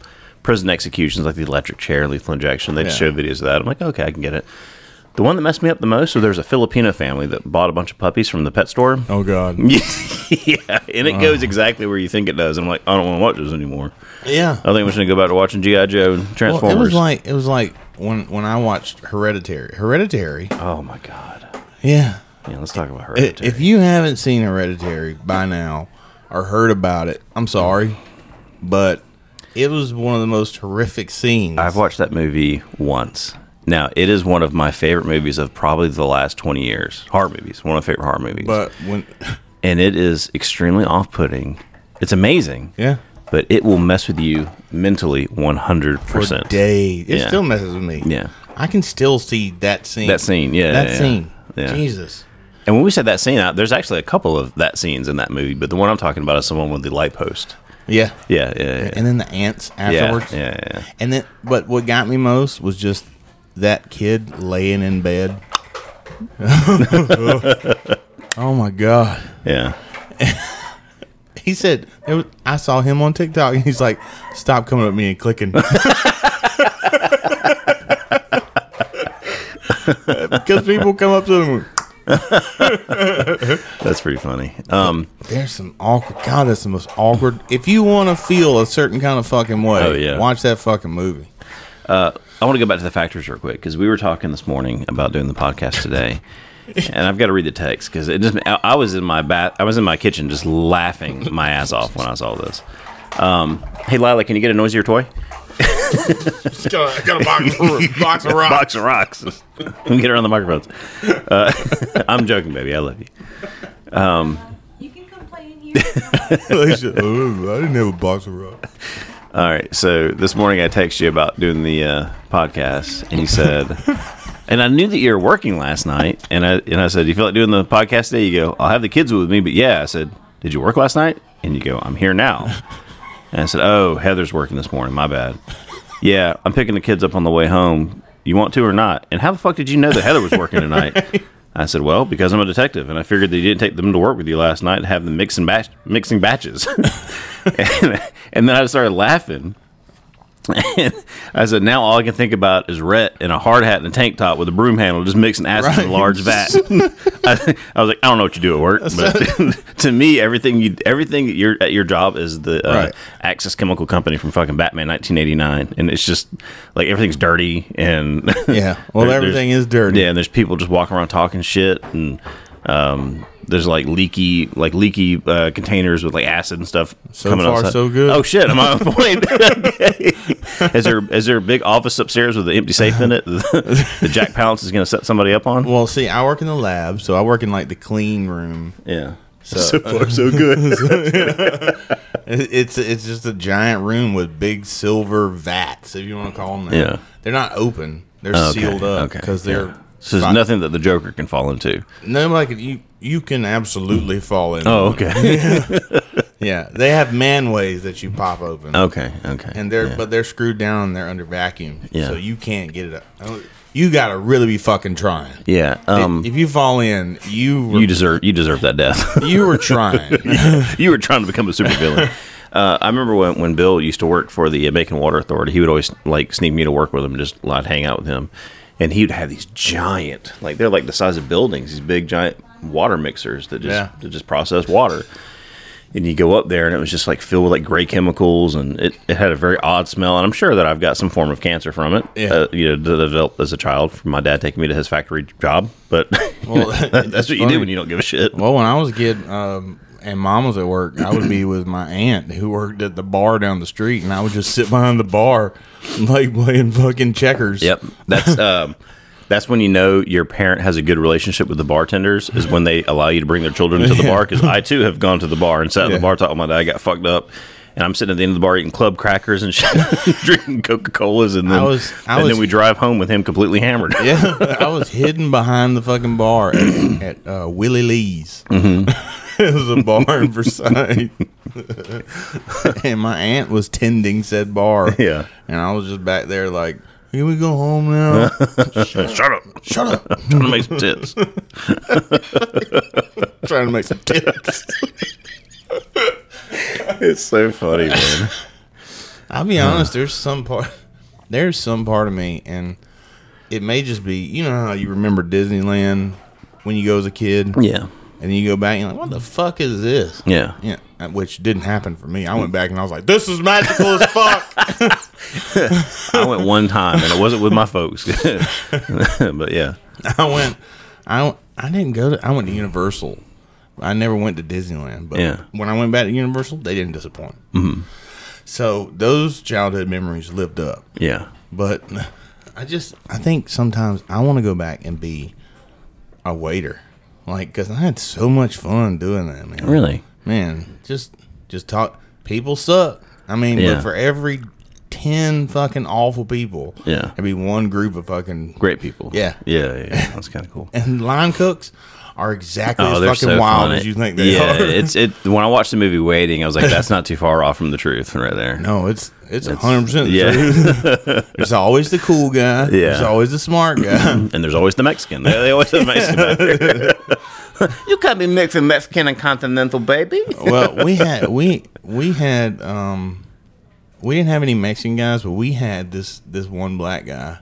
Speaker 2: prison executions, like the electric chair, lethal injection. They'd
Speaker 1: Yeah.
Speaker 2: show videos of that. I'm like, okay, I can get it. The one that messed me up the most was there was a Filipino family that bought a bunch of puppies from the pet store.
Speaker 1: Oh Uh. God.
Speaker 2: yeah, and it goes exactly where you think it does. And I'm like, I don't want to watch this anymore.
Speaker 1: Yeah.
Speaker 2: I think we're just gonna go back to watching GI Joe and
Speaker 1: Well,
Speaker 2: Transformers.
Speaker 1: it was like it was like when when I watched Hereditary. Hereditary.
Speaker 2: oh my god.
Speaker 1: Yeah.
Speaker 2: Yeah, let's talk about her.
Speaker 1: I- If you haven't seen Hereditary by now or heard about it, I'm sorry, but it was one of the most horrific scenes.
Speaker 2: I've watched that movie once. Now it is one of my favorite movies of probably the last twenty years. Horror movies, one of my favorite horror movies.
Speaker 1: but when
Speaker 2: and it is extremely off-putting. It's amazing,
Speaker 1: yeah,
Speaker 2: but it will mess with you mentally one hundred
Speaker 1: for
Speaker 2: percent.
Speaker 1: days, it
Speaker 2: Yeah.
Speaker 1: still messes with me.
Speaker 2: Yeah.
Speaker 1: I can still see that scene.
Speaker 2: That scene, yeah,
Speaker 1: that
Speaker 2: yeah, yeah.
Speaker 1: scene.
Speaker 2: Yeah.
Speaker 1: Jesus.
Speaker 2: And when we said that scene out, there's actually a couple of that scenes in that movie, but the one I'm talking about is the one with the light post.
Speaker 1: Yeah.
Speaker 2: Yeah, yeah, yeah.
Speaker 1: And then the ants
Speaker 2: yeah,
Speaker 1: afterwards.
Speaker 2: yeah, yeah.
Speaker 1: And then, but what got me most was just that kid laying in bed. oh my god.
Speaker 2: yeah.
Speaker 1: He said, it was, "I saw him on TikTok, and he's like, stop coming at me and clicking." Because people come up to him.
Speaker 2: That's pretty funny. Um,
Speaker 1: There's some awkward. God, that's the most awkward. If you want to feel a certain kind of fucking way,
Speaker 2: Oh, yeah.
Speaker 1: watch that fucking movie.
Speaker 2: I want to go back to the factors real quick because we were talking this morning about doing the podcast today, and I've got to read the text because it just I, I was in my bath, I was in my kitchen just laughing my ass off when I saw this. Um, hey Lila, can you get a noisier toy?
Speaker 1: Got, a box, box of rocks.
Speaker 2: Box of rocks. Let me get around the microphones. Uh, I'm joking, baby. I love you.
Speaker 3: You can complain here.
Speaker 1: oh, I didn't have a box of rocks.
Speaker 2: All right. So this morning I texted you about doing the uh, podcast, and you said, and I knew that you were working last night, and I and I said, you feel like doing the podcast today? You go, I'll have the kids with me, but yeah, I said, did you work last night? And you go, I'm here now. And I said, oh, Heather's working this morning. My bad. Yeah, I'm picking the kids up on the way home. You want to or not? And how the fuck did you know that Heather was working tonight? I said, well, because I'm a detective, and I figured that you didn't take them to work with you last night and have them mix and batch, mixing batches. and, and then I started laughing. And I said, now all I can think about is Rhett in a hard hat and a tank top with a broom handle just mixing acid in a
Speaker 1: Right.
Speaker 2: large vat. I, I was like, I don't know what you do at work, but to me, everything you everything at your at your job is the uh,
Speaker 1: Right.
Speaker 2: Axis Chemical Company from fucking Batman 1989, and it's just like everything's dirty and
Speaker 1: Yeah. Well,
Speaker 2: there's-
Speaker 1: everything is dirty.
Speaker 2: yeah, and there's people just walking around talking shit, and um, there's like leaky like leaky uh, containers with like acid and stuff.
Speaker 1: So
Speaker 2: coming
Speaker 1: far,
Speaker 2: outside.
Speaker 1: so good.
Speaker 2: Oh shit, am I on point? Okay. is there is there a big office upstairs with an empty safe in it that Jack Palance is going to set somebody up on?
Speaker 1: Well, see, I work in the lab, so I work in like the clean room.
Speaker 2: yeah. So,
Speaker 1: So-
Speaker 2: far, so good.
Speaker 1: It- It's it's just a giant room with big silver vats, if you want to call them that.
Speaker 2: Yeah.
Speaker 1: They're not open. They're
Speaker 2: Okay,
Speaker 1: sealed up
Speaker 2: okay,
Speaker 1: because they're.
Speaker 2: yeah. So there's
Speaker 1: fi-
Speaker 2: nothing that the Joker can fall into.
Speaker 1: Nobody can. You you can absolutely fall in.
Speaker 2: Oh, okay,
Speaker 1: Yeah, they have manways that you pop open.
Speaker 2: okay, okay.
Speaker 1: And they're
Speaker 2: yeah.
Speaker 1: but they're screwed down. and They're under vacuum.
Speaker 2: Yeah.
Speaker 1: So you can't get it up. Oh, You gotta really be fucking trying.
Speaker 2: yeah, um,
Speaker 1: if you fall in, you were,
Speaker 2: you
Speaker 1: you,
Speaker 2: deserve you deserve that death.
Speaker 1: were trying.
Speaker 2: you were trying to become a supervillain. Uh, I remember when, when Bill used to work for the Macon Water Authority, he would always like sneak me to work with him, just like hang out with him, and he would have these giant, like they're like the size of buildings, these big giant water mixers that just
Speaker 1: Yeah.
Speaker 2: that just process water. And you go up there, and it was just like filled with like gray chemicals, and it, it had a very odd smell. And I'm sure that I've got some form of cancer from it,
Speaker 1: Yeah.
Speaker 2: uh, you know, that I developed as a child from my dad taking me to his factory job. But
Speaker 1: Well,
Speaker 2: that's what you
Speaker 1: funny.
Speaker 2: do when you don't give a shit.
Speaker 1: Well, when I was a kid, um, and mom was at work, I would be with my aunt who worked at the bar down the street, and I would just sit behind the bar, like playing fucking checkers.
Speaker 2: Yep. That's um that's when you know your parent has a good relationship with the bartenders is when they allow you to bring their children to the bar because I too have gone to the bar and sat at
Speaker 1: Yeah.
Speaker 2: the bar talking about that I got fucked up and I'm sitting at the end of the bar eating club crackers and shit, drinking Coca Colas and then
Speaker 1: I was- I
Speaker 2: and
Speaker 1: was-
Speaker 2: then we drive home with him completely hammered.
Speaker 1: Yeah, I was hidden behind the fucking bar at, at uh, Willie Lee's.
Speaker 2: Mm-hmm.
Speaker 1: it was a bar in Versailles, and my aunt was tending said bar.
Speaker 2: Yeah.
Speaker 1: and I was just back there like, "Can we go home now?"
Speaker 2: Shut up.
Speaker 1: Shut up.
Speaker 2: Trying to make some tips.
Speaker 1: trying to make some tips.
Speaker 2: it's so funny, man.
Speaker 1: I'll be honest. There's some part. There's some part of me, and it may just be. You know how you remember Disneyland when you go as a kid,
Speaker 2: Yeah.
Speaker 1: and you go back and you're like, "What the fuck is this?"
Speaker 2: Yeah.
Speaker 1: Yeah, uh, which didn't happen for me. I went back and I was like, "This is magical as fuck."
Speaker 2: I went one time and it wasn't with my folks. but yeah.
Speaker 1: I went. I I didn't go to. I went to Universal. I never went to Disneyland, but
Speaker 2: Yeah.
Speaker 1: when I went back to Universal, they didn't disappoint. Mm-hmm. So those childhood memories lived up.
Speaker 2: Yeah.
Speaker 1: But I just I think sometimes I want to go back and be a waiter, like because I had so much fun doing that, man.
Speaker 2: Really?
Speaker 1: man. Just just talk. People suck. I mean,
Speaker 2: Yeah.
Speaker 1: but for every ten fucking awful people,
Speaker 2: Yeah.
Speaker 1: there'd be one group of fucking
Speaker 2: Great people.
Speaker 1: Yeah.
Speaker 2: Yeah. Yeah. That's kind of cool.
Speaker 1: and line cooks are exactly as
Speaker 2: Oh, they're
Speaker 1: fucking
Speaker 2: so
Speaker 1: wild
Speaker 2: funny.
Speaker 1: as you think they
Speaker 2: yeah,
Speaker 1: are.
Speaker 2: it's it. When I watched the movie Waiting, I was like, "That's not too far off from the truth, right there."
Speaker 1: no, it's it's hundred percent.
Speaker 2: yeah.
Speaker 1: there's always the cool guy. there's always the smart guy.
Speaker 2: And there's always the Mexican. They, they always have the Mexican. back there.
Speaker 8: You can't be mixing Mexican and continental, baby.
Speaker 1: well, we had we we had um we didn't have any Mexican guys, but we had this this one black guy.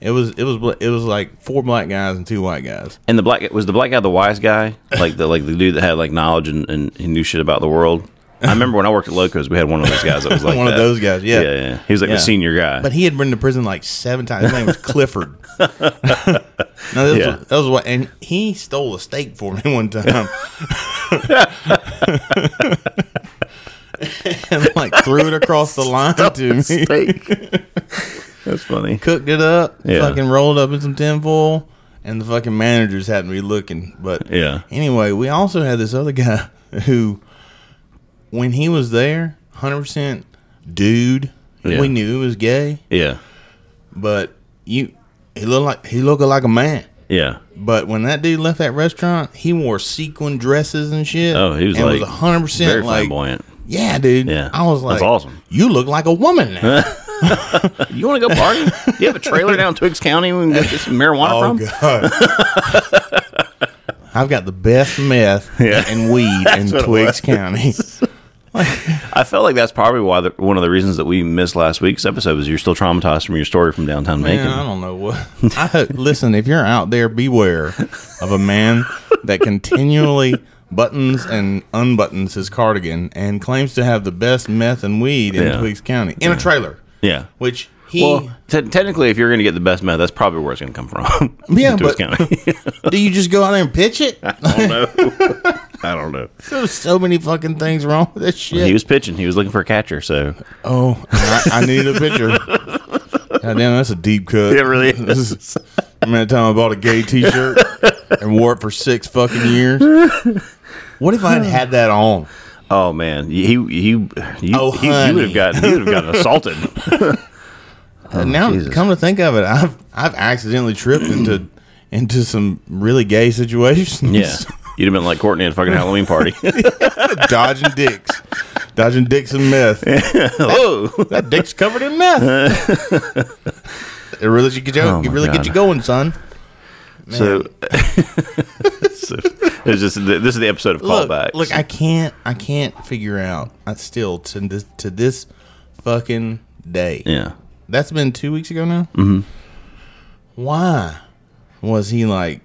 Speaker 1: It was it was bla- it was like four black guys and two white guys.
Speaker 2: And the black was the black guy, the wise guy, like the like the dude that had like knowledge and, and he knew shit about the world. I remember when I worked at Locos, we had one of those guys that was like
Speaker 1: One of
Speaker 2: that.
Speaker 1: those guys, yeah.
Speaker 2: yeah, yeah. He was like
Speaker 1: Yeah.
Speaker 2: the senior guy.
Speaker 1: But he had been to prison like seven times. His name was Clifford. no, that,
Speaker 2: Yeah.
Speaker 1: was, that was what, and he stole a steak for me one time. and like threw it across the line to me.
Speaker 2: That's funny.
Speaker 1: Cooked it up,
Speaker 2: Yeah.
Speaker 1: fucking rolled up in some tinfoil, and the fucking managers hadn't be looking. But
Speaker 2: Yeah.
Speaker 1: anyway, we also had this other guy who, when he was there, hundred percent dude.
Speaker 2: Yeah.
Speaker 1: We knew he was gay
Speaker 2: Yeah,
Speaker 1: but you he looked like he looked like a man.
Speaker 2: yeah.
Speaker 1: But when that dude left that restaurant, he wore sequin dresses and shit.
Speaker 2: Oh, he was
Speaker 1: and
Speaker 2: like
Speaker 1: was hundred
Speaker 2: Very
Speaker 1: percent like,
Speaker 2: flamboyant.
Speaker 1: yeah, dude.
Speaker 2: Yeah.
Speaker 1: I was like,
Speaker 2: That's awesome.
Speaker 1: You look like a woman now.
Speaker 2: You want to go party? you have a trailer down in Twiggs County we can go get some marijuana from?
Speaker 1: oh god. I've got the best meth
Speaker 2: Yeah.
Speaker 1: and weed in
Speaker 2: what it
Speaker 1: Twiggs County.
Speaker 2: I felt like that's probably why the, one of the reasons that we missed last week's episode was you're still traumatized from your story from downtown Macon.
Speaker 1: Man, I don't know what. I hope, listen, if you're out there, beware of a man that continually buttons and unbuttons his cardigan and claims to have the best meth and weed in
Speaker 2: Yeah.
Speaker 1: Twiggs County in a trailer.
Speaker 2: yeah.
Speaker 1: Which he,
Speaker 2: Well, te- technically, if you're going to get the best meth, that's probably where it's going to come from.
Speaker 1: Yeah,
Speaker 2: Twiggs
Speaker 1: but-
Speaker 2: County.
Speaker 1: do you just go out there and pitch it?
Speaker 2: I don't know. I don't know.
Speaker 1: There's so many fucking things wrong with that shit.
Speaker 2: He was pitching. He was looking for a catcher. So
Speaker 1: oh, I, I need a picture. God damn, that's a deep cut.
Speaker 2: It really is.
Speaker 1: This is, I mean, that time I bought a gay T-shirt and wore it for six fucking years. What if I had had that on?
Speaker 2: oh man, he he you
Speaker 1: Oh,
Speaker 2: he, you would
Speaker 1: honey.
Speaker 2: have gotten you would have gotten assaulted.
Speaker 1: And now,
Speaker 2: Jesus.
Speaker 1: come to think of it, I've I've accidentally tripped into into some really gay situations.
Speaker 2: Yeah, you'd have been like Courtney at a fucking Halloween party.
Speaker 1: dodging dicks, dodging dicks and meth.
Speaker 2: oh,
Speaker 1: That dick's covered in meth. it really get you,
Speaker 2: Oh,
Speaker 1: it
Speaker 2: my
Speaker 1: really
Speaker 2: God.
Speaker 1: get you going, son.
Speaker 2: so, so it's just this is the episode of
Speaker 1: Look,
Speaker 2: callbacks.
Speaker 1: look, I can't I can't figure out. I still to this to this fucking day.
Speaker 2: yeah,
Speaker 1: That's been two weeks ago now. Mm-hmm. Why was he like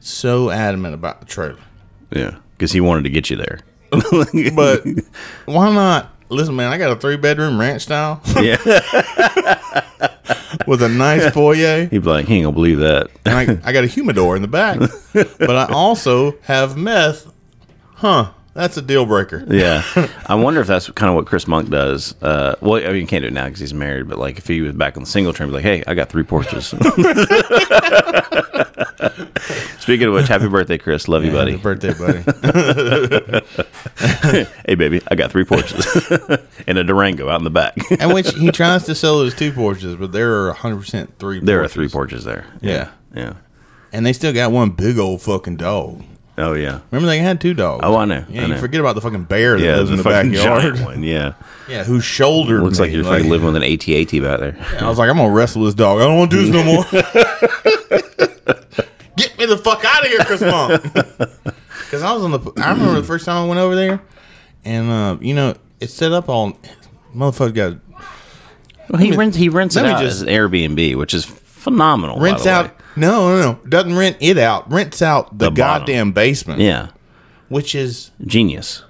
Speaker 1: so adamant about the trailer?
Speaker 2: yeah, because he wanted to get you there.
Speaker 1: But why not? Listen, man, I got a three bedroom ranch style
Speaker 2: yeah,
Speaker 1: with a nice foyer.
Speaker 2: he'd be like, he ain't gonna believe that.
Speaker 1: And I, I got a humidor in the back. But I also have meth. Huh. That's a deal breaker.
Speaker 2: Yeah, I wonder if that's kind of what Chris Monk does. Uh, well, I mean, you can't do it now because he's married. But like, if he was back on the single term, he'd be like, hey, I got three porches. Speaking of which, happy birthday, Chris. Love you,
Speaker 1: Happy
Speaker 2: buddy.
Speaker 1: birthday, buddy.
Speaker 2: Hey, baby, I got three porches and a Durango out in the back.
Speaker 1: and which he tries to sell those two Porsches, but there are 100% three
Speaker 2: there are
Speaker 1: Porsches.
Speaker 2: three porches there.
Speaker 1: Yeah.
Speaker 2: yeah.
Speaker 1: And they still got one big old fucking dog.
Speaker 2: Oh yeah,
Speaker 1: Remember they had two dogs.
Speaker 2: Oh, I know,
Speaker 1: Yeah,
Speaker 2: I
Speaker 1: you
Speaker 2: know.
Speaker 1: forget about the fucking bear that
Speaker 2: yeah.
Speaker 1: lives
Speaker 2: the
Speaker 1: in the
Speaker 2: fucking giant
Speaker 1: backyard.
Speaker 2: one. Yeah,
Speaker 1: Yeah, who shouldered
Speaker 2: looks
Speaker 1: me,
Speaker 2: like you're fucking living with an AT-AT back there.
Speaker 1: I was like, I'm gonna wrestle this dog. I don't want to do this no more. Get me the fuck out of here, Chris Monk. Because I was on the. I remember the first time I went over there, and uh, you know it's set up all. Motherfucker got
Speaker 2: Well, he rents he rents it
Speaker 1: let me
Speaker 2: out
Speaker 1: just-
Speaker 2: as an Airbnb, which is phenomenal. by
Speaker 1: rents
Speaker 2: the way.
Speaker 1: out. No, no, no. Doesn't rent it out. Rents out
Speaker 2: The
Speaker 1: the,
Speaker 2: bottom.
Speaker 1: goddamn basement.
Speaker 2: Yeah,
Speaker 1: Which is
Speaker 2: genius.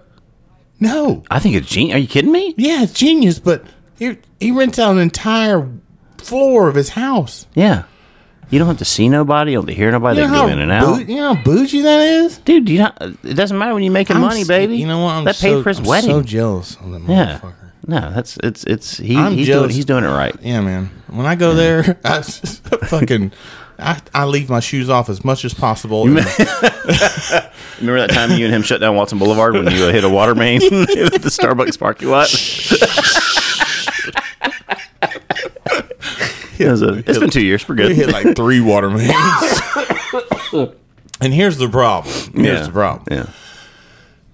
Speaker 1: no.
Speaker 2: I think it's genius. Are you kidding me?
Speaker 1: Yeah, it's genius, but he he rents out an entire floor of his house.
Speaker 2: Yeah. You don't have to see nobody. You don't have to hear nobody.
Speaker 1: You
Speaker 2: they
Speaker 1: know,
Speaker 2: go
Speaker 1: how
Speaker 2: in and out.
Speaker 1: bou- you know how bougie that is?
Speaker 2: Dude, you not, it doesn't matter when you're making
Speaker 1: I'm
Speaker 2: money,
Speaker 1: s-
Speaker 2: baby.
Speaker 1: You know what? I'm
Speaker 2: that
Speaker 1: so,
Speaker 2: paid for his
Speaker 1: I'm
Speaker 2: wedding.
Speaker 1: so jealous of that
Speaker 2: yeah.
Speaker 1: motherfucker.
Speaker 2: No, that's it's it's he,
Speaker 1: I'm
Speaker 2: he's doing
Speaker 1: jealous.
Speaker 2: he's doing it right.
Speaker 1: Yeah, man. When I go there, I s- fucking I, I leave my shoes off as much as possible. And
Speaker 2: Remember that time you and him shut down Watson Boulevard when you uh, hit a water main at the Starbucks parking lot? It was a- it's been two years. We're
Speaker 1: we hit
Speaker 2: good.
Speaker 1: like three water mains. and here's the problem. Here's the problem.
Speaker 2: Yeah.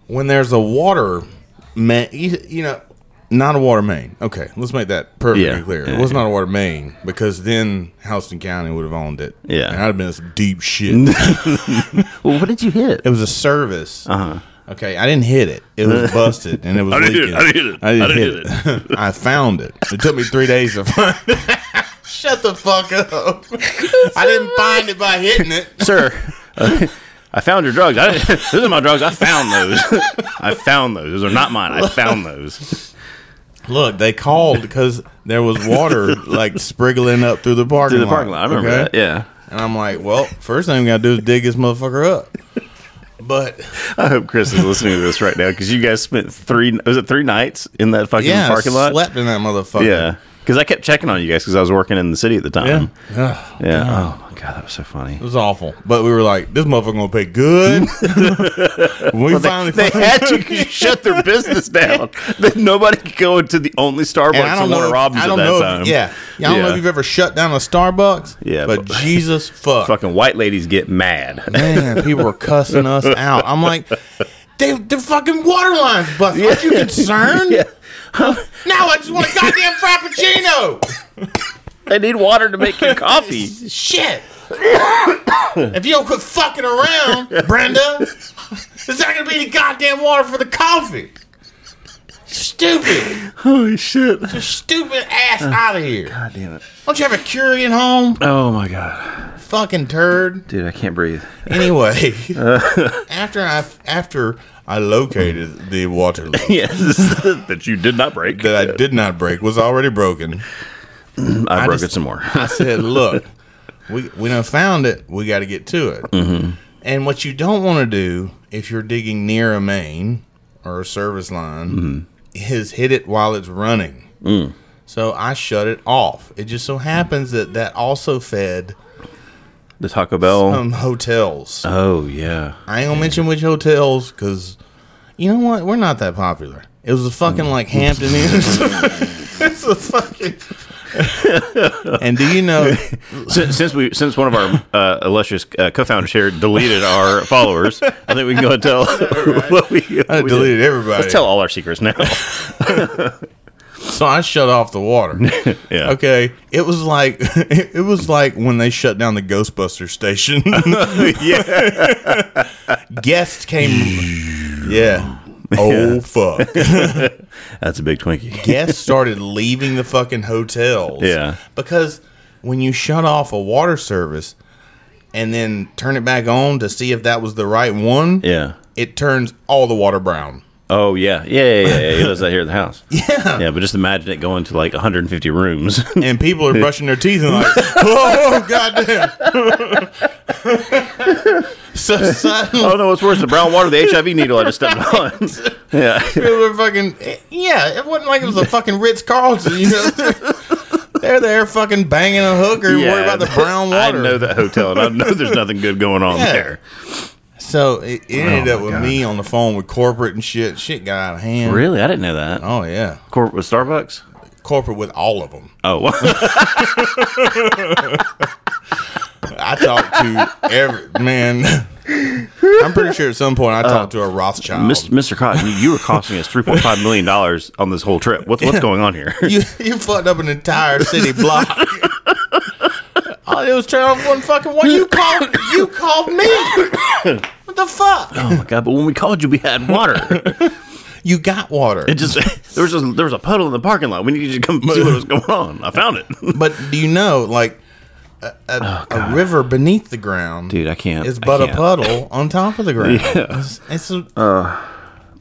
Speaker 1: when there's a water main, you, you know, not a water main. Okay, let's make that perfectly
Speaker 2: Yeah,
Speaker 1: clear.
Speaker 2: yeah,
Speaker 1: it was
Speaker 2: yeah.
Speaker 1: not a water main because then Houston County would have owned it.
Speaker 2: Yeah.
Speaker 1: and I'd have been in some deep shit.
Speaker 2: Well, what did you hit?
Speaker 1: it was a service. Uh
Speaker 2: Uh-huh.
Speaker 1: huh. Okay, I didn't hit it. It was busted and it was. I
Speaker 9: didn't hit
Speaker 1: leaking.
Speaker 9: it. I didn't hit it.
Speaker 1: I didn't,
Speaker 9: I
Speaker 1: hit,
Speaker 9: didn't
Speaker 1: it. I found it. It took me three days to find. it. Shut the fuck up! I didn't find it by hitting it.
Speaker 2: Sir, uh, I found your drugs. I, those are my drugs. I found those. I found those. Those are not mine. I found those.
Speaker 1: Look, they called because there was water like spriggling up through the parking
Speaker 2: Through the
Speaker 1: lot.
Speaker 2: parking lot. I remember
Speaker 1: okay?
Speaker 2: that. Yeah.
Speaker 1: And I'm like, well, first thing we gotta do is dig this motherfucker up. But
Speaker 2: I hope Chris is listening to this right now because you guys spent three was it three nights in that fucking
Speaker 1: yeah,
Speaker 2: parking lot?
Speaker 1: slept in that motherfucker.
Speaker 2: Yeah, because I kept checking on you guys because I was working in the city at the
Speaker 1: yeah,
Speaker 2: time.
Speaker 1: Ugh,
Speaker 2: Yeah. Oh my god, that was so funny.
Speaker 1: it was awful. But we were like, this motherfucker gonna pay good. we finally
Speaker 2: They
Speaker 1: found-
Speaker 2: had to shut their business down. That nobody could go into the only Starbucks
Speaker 1: And I
Speaker 2: in
Speaker 1: don't
Speaker 2: Warner
Speaker 1: know.
Speaker 2: Robins
Speaker 1: I don't
Speaker 2: at that
Speaker 1: know.
Speaker 2: time.
Speaker 1: If, yeah, yeah. I don't know
Speaker 2: Yeah.
Speaker 1: if you've ever shut down a Starbucks.
Speaker 2: Yeah,
Speaker 1: but,
Speaker 2: but-
Speaker 1: Jesus fuck,
Speaker 2: Fucking white ladies get mad.
Speaker 1: man, people were cussing us out. I'm like, they the fucking water lines busted. Aren't you concerned? Now I just want a goddamn frappuccino.
Speaker 2: they need water to make your coffee.
Speaker 1: Shit. if you don't quit fucking around, Brenda, there's not gonna be any goddamn water for the coffee. Stupid,
Speaker 2: Holy shit!
Speaker 1: stupid ass out of here.
Speaker 2: God damn it!
Speaker 1: Don't you have a Curie at home?
Speaker 2: Oh my god,
Speaker 1: Fucking turd.
Speaker 2: dude, I can't breathe.
Speaker 1: Anyway, after I after I located the water leak
Speaker 2: Yes, that you did not break.
Speaker 1: that I did not break was already broken.
Speaker 2: I, broke
Speaker 1: just-
Speaker 2: it some more.
Speaker 1: I said, "Look, we we done found it. We got to get to it."
Speaker 2: Mm-hmm.
Speaker 1: And what you don't want to do if you're digging near a main or a service line
Speaker 2: Mm-hmm.
Speaker 1: is hit it while it's running.
Speaker 2: Mm.
Speaker 1: So I shut it off. It just so happens that that also fed
Speaker 2: the Taco Bell.
Speaker 1: um, hotels.
Speaker 2: oh yeah.
Speaker 1: I ain't gonna mention which hotels because you know what? We're not that popular. It was a fucking like Hampton Inns. it's a fucking. and do you know?
Speaker 2: since, since we since one of our uh, illustrious uh, co-founders here deleted our followers, I think we can go and tell what we,
Speaker 1: I
Speaker 2: we did.
Speaker 1: deleted everybody.
Speaker 2: Let's tell all our secrets now.
Speaker 1: So I shut off the water.
Speaker 2: yeah.
Speaker 1: Okay, it was like it was like when they shut down the Ghostbuster station.
Speaker 2: yeah.
Speaker 1: Guests came. Yeah. Oh fuck.
Speaker 2: That's a big Twinkie.
Speaker 1: Guests started leaving the fucking hotels.
Speaker 2: Yeah.
Speaker 1: Because when you shut off a water service and then turn it back on to see if that was the right one,
Speaker 2: Yeah.
Speaker 1: it turns all the water brown.
Speaker 2: Oh yeah. Yeah. Yeah. yeah, yeah. He does that here at the house. Yeah. Yeah. But just imagine it going to like 150 rooms.
Speaker 1: And people are brushing their teeth and like, oh goddamn. so suddenly
Speaker 2: oh no! What's worse, the brown water, the HIV needle I just stepped on. yeah.
Speaker 1: They were fucking yeah. It wasn't like it was a fucking Ritz Carlton, you know. They're there fucking banging a hooker and worried about the brown water.
Speaker 2: I know that hotel, and I know there's nothing good going on
Speaker 1: Yeah.
Speaker 2: there.
Speaker 1: So it, it ended
Speaker 2: Oh,
Speaker 1: up
Speaker 2: my
Speaker 1: with
Speaker 2: God.
Speaker 1: me on the phone with corporate and shit. Shit got out of hand.
Speaker 2: Really, I didn't know that.
Speaker 1: Oh yeah,
Speaker 2: Corporate Uh-huh. with Starbucks.
Speaker 1: corporate with all of them.
Speaker 2: Oh,
Speaker 1: I talked to every man. I'm pretty sure at some point
Speaker 2: Uh,
Speaker 1: I talked to a Rothschild.
Speaker 2: Mis- Mr. Cotton, you- you were costing us three point five million dollars on this whole trip. What's what's going on here?
Speaker 1: You you fucked up an entire city block. All it was turn off one fucking one. You called you called me. What the fuck?
Speaker 2: oh my god! But when we called you, we had water.
Speaker 1: You got water.
Speaker 2: It just there was just, there was a puddle in the parking lot. We needed you to come see what was going on. I found it,
Speaker 1: But do you know, like a, a, a river beneath the ground
Speaker 2: Oh, dude. I can't.
Speaker 1: is
Speaker 2: I
Speaker 1: but a
Speaker 2: can't.
Speaker 1: puddle on top of the ground. It's, it's a,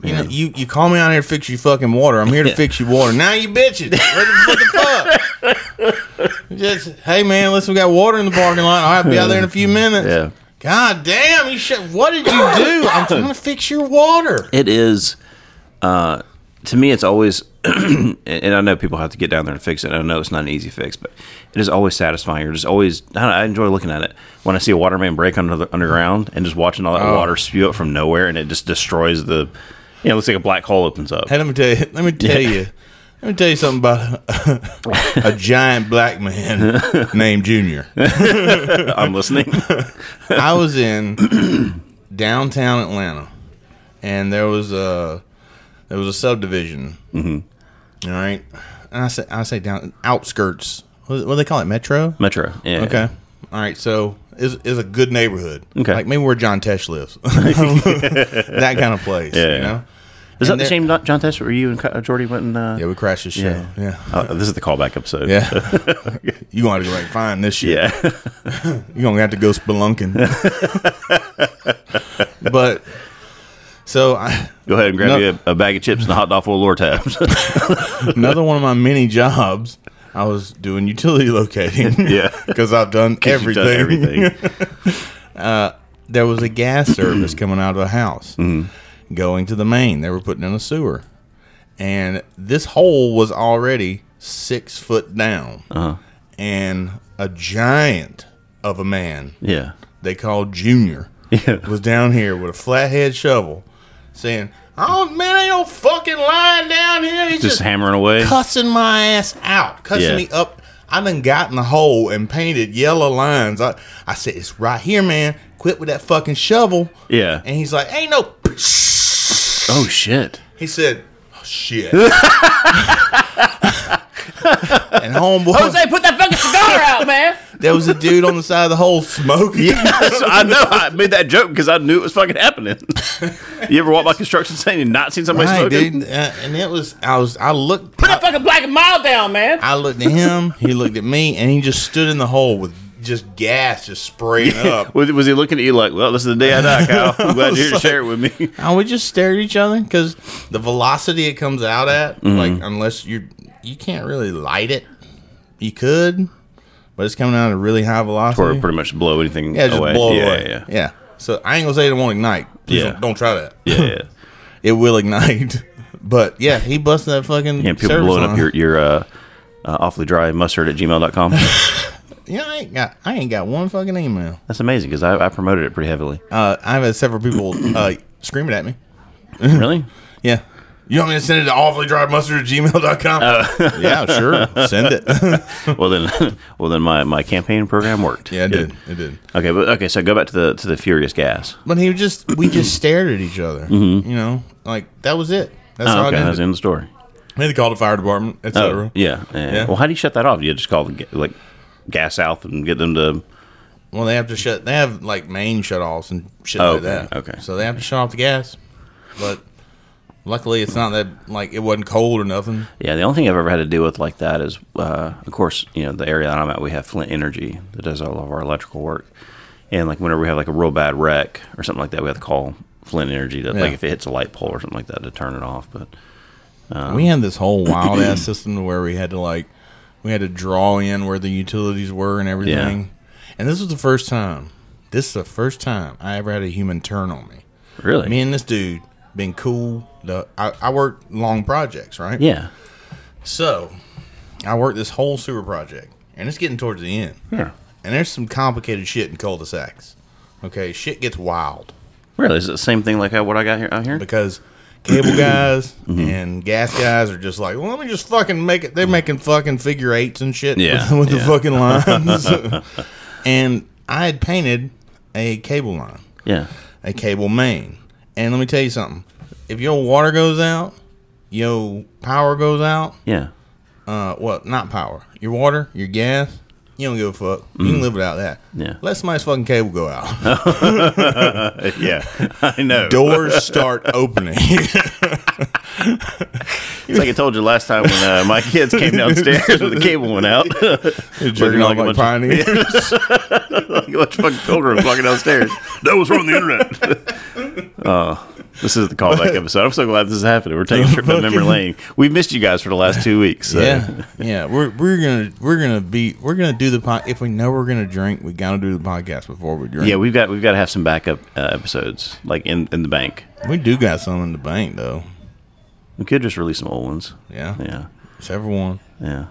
Speaker 1: you know, you you call me out here to fix you fucking water. I'm here to fix you water. Now you bitching. What the, what the fuck? Just hey man, listen, we got water in the parking lot. All right, be out there in a few minutes.
Speaker 2: Yeah.
Speaker 1: God damn, you should. What did you do? I'm trying to fix your water.
Speaker 2: It is, uh, to me, it's always, and and I know people have to get down there and fix it. I know it's not an easy fix, but it is always satisfying. You're just always, I, don't know, I enjoy looking at it when I see a water main break under the underground and just watching all that
Speaker 1: Oh.
Speaker 2: water spew up from nowhere and it just destroys the, you know, it looks like a black hole opens up.
Speaker 1: Hey, let me tell you. Let me tell you. Let me tell you something about a, a giant black man named Junior.
Speaker 2: I'm listening.
Speaker 1: I was in downtown Atlanta, and there was a there was a subdivision. Mm-hmm. right, and I say I say down outskirts. What, what do they call it? Metro.
Speaker 2: Metro. Yeah.
Speaker 1: Okay. All right. So is is a good neighborhood.
Speaker 2: Okay.
Speaker 1: Like maybe where John Tesh lives. that kind of place.
Speaker 2: Yeah.
Speaker 1: You know.
Speaker 2: Is that
Speaker 1: And
Speaker 2: the
Speaker 1: there-
Speaker 2: same Don- John Test where you and Co- Jordy went and, uh,
Speaker 1: Yeah, we crashed the show. Yeah. Yeah.
Speaker 2: Oh, this is the callback episode.
Speaker 1: you gonna have to go back and find this shit.
Speaker 2: Yeah.
Speaker 1: You're gonna have to go spelunking. but so I,
Speaker 2: Go ahead and grab
Speaker 1: No.
Speaker 2: you a, a bag of chips and a hot dog full of lore tabs.
Speaker 1: another one of my many jobs, I was doing utility locating.
Speaker 2: Yeah.
Speaker 1: because I've done
Speaker 2: You've
Speaker 1: everything.
Speaker 2: done everything.
Speaker 1: There was a gas service coming out of the house,
Speaker 2: Mm-hmm.
Speaker 1: going to the main. They were putting in a sewer, and this hole was already six foot down,
Speaker 2: Uh-huh.
Speaker 1: and a giant of a man
Speaker 2: Yeah.
Speaker 1: they called Junior
Speaker 2: Yeah.
Speaker 1: was down here with a flathead shovel, saying, "Oh man, ain't no fucking lying down here." He's
Speaker 2: Just
Speaker 1: just,
Speaker 2: hammering away.
Speaker 1: cussing my ass out, cussing
Speaker 2: Yeah.
Speaker 1: me up. I done got in the hole and painted yellow lines. I, I said, "It's right here, man. Quit with that fucking shovel."
Speaker 2: Yeah.
Speaker 1: And he's like, "Ain't no."
Speaker 2: Oh shit.
Speaker 1: He said, oh, "Shit." and homeboy,
Speaker 8: Jose, put that fucking cigar out, man.
Speaker 1: there was a dude on the side of the hole smoking.
Speaker 2: so I know I made that joke because I knew it was fucking happening. you ever walk by construction site and you not seen somebody
Speaker 1: Right,
Speaker 2: smoking?
Speaker 1: dude. Uh, and it was I was I looked
Speaker 8: Put that fucking black and mild down, man.
Speaker 1: I looked at him, he looked at me, and he just stood in the hole with just gas just spraying up.
Speaker 2: Was, was he looking at you like, well, this is the day I die, Kyle. I'm glad you're here to share it with me.
Speaker 1: And we just stared at each other because the velocity it comes out at,
Speaker 2: Mm-hmm.
Speaker 1: like unless you you can't really light it, you could, but it's coming out at a really high
Speaker 2: Or
Speaker 1: velocity.
Speaker 2: pretty much blow anything
Speaker 1: yeah, just
Speaker 2: away.
Speaker 1: blow it
Speaker 2: yeah,
Speaker 1: away.
Speaker 2: Yeah, yeah.
Speaker 1: So I ain't gonna say it won't ignite. Please
Speaker 2: Yeah.
Speaker 1: don't, don't try that.
Speaker 2: Yeah, yeah.
Speaker 1: It will ignite. But yeah, he busted that fucking.
Speaker 2: Yeah, people
Speaker 1: service
Speaker 2: blowing up
Speaker 1: line.
Speaker 2: your, your uh, uh, awfully dry mustard at gmail.com.
Speaker 1: Yeah, I ain't got. I ain't got one fucking email.
Speaker 2: That's amazing because I, I promoted it pretty heavily.
Speaker 1: Uh, I've had several people uh, screaming at me.
Speaker 2: really?
Speaker 1: Yeah. You want me to send it to awfully dry mustard at gmail.com?
Speaker 2: Oh.
Speaker 1: yeah, sure. Send it.
Speaker 2: Well then, well then, my, my campaign program worked.
Speaker 1: yeah, it
Speaker 2: Good.
Speaker 1: did. It did.
Speaker 2: Okay, but okay, so go back to the to the furious gas.
Speaker 1: But he just, we just stared at each other. You know, like that was it. That's
Speaker 2: Mm-hmm. Oh,
Speaker 1: all
Speaker 2: okay,
Speaker 1: I
Speaker 2: that
Speaker 1: did.
Speaker 2: was in the story.
Speaker 1: Then they called the fire department, etc.
Speaker 2: Oh, yeah, yeah.
Speaker 1: Yeah.
Speaker 2: Well, how do you shut that off? Do you just call the ga- like gas south and get them to?
Speaker 1: Well, they have to shut, they have like main shut offs and shit
Speaker 2: Oh,
Speaker 1: like
Speaker 2: okay,
Speaker 1: that.
Speaker 2: okay.
Speaker 1: So they have to shut off the gas. But luckily, it's not that, like, it wasn't cold or nothing.
Speaker 2: Yeah, the only thing I've ever had to deal with like that is, uh, of course, you know, the area that I'm at, we have Flint Energy that does all of our electrical work, and like whenever we have like a real bad wreck or something like that, we have to call Flint Energy to like
Speaker 1: Yeah.
Speaker 2: if it hits a light pole or something like that to turn it off. But Uh-huh.
Speaker 1: we had this whole wild ass system to where we had to like we had to draw in where the utilities were and everything. And this was the first time. This is the first time I ever had a human turn on me.
Speaker 2: really,
Speaker 1: Me and this dude been cool. The I, I worked long projects, right?
Speaker 2: yeah,
Speaker 1: So I worked this whole sewer project, and it's getting towards the end.
Speaker 2: yeah,
Speaker 1: And there's some complicated shit in cul-de-sacs. Okay, shit gets wild
Speaker 2: really, is it the same thing like uh, what I got here out here?
Speaker 1: because cable guys
Speaker 2: Mm-hmm.
Speaker 1: and gas guys are just like, well, let me just fucking make it. They're making fucking figure eights and shit
Speaker 2: Yeah,
Speaker 1: with, with
Speaker 2: yeah.
Speaker 1: the fucking lines. and I had painted a cable line
Speaker 2: Yeah.
Speaker 1: a cable main. And let me tell you something. If your water goes out, your power goes out,
Speaker 2: Yeah.
Speaker 1: uh, well, not power. Your water, your gas, you don't give a fuck. You can live without that.
Speaker 2: Mm. Yeah.
Speaker 1: Let somebody's fucking cable go out.
Speaker 2: Yeah. I know.
Speaker 1: Doors start opening.
Speaker 2: It's like I told you last time when uh, my kids came downstairs when the cable went out.
Speaker 1: Jerking off
Speaker 2: like a
Speaker 1: like
Speaker 2: bunch of-
Speaker 1: pioneers.
Speaker 2: like a bunch of fucking pilgrims walking downstairs. No, was wrong on the internet. Oh, this is the callback episode. I'm so glad this is happening. We're taking a trip down memory lane. We've missed you guys for the last two weeks. so-
Speaker 1: Yeah, yeah. We're we're gonna we're gonna be we're gonna do the pod. If we know we're gonna drink, we gotta do the podcast before we drink.
Speaker 2: Yeah, we've got we've got to have some backup uh, episodes like in, in the bank.
Speaker 1: we do got some in the bank though.
Speaker 2: We could just release some old ones.
Speaker 1: Yeah,
Speaker 2: Yeah,
Speaker 1: Several one.
Speaker 2: yeah.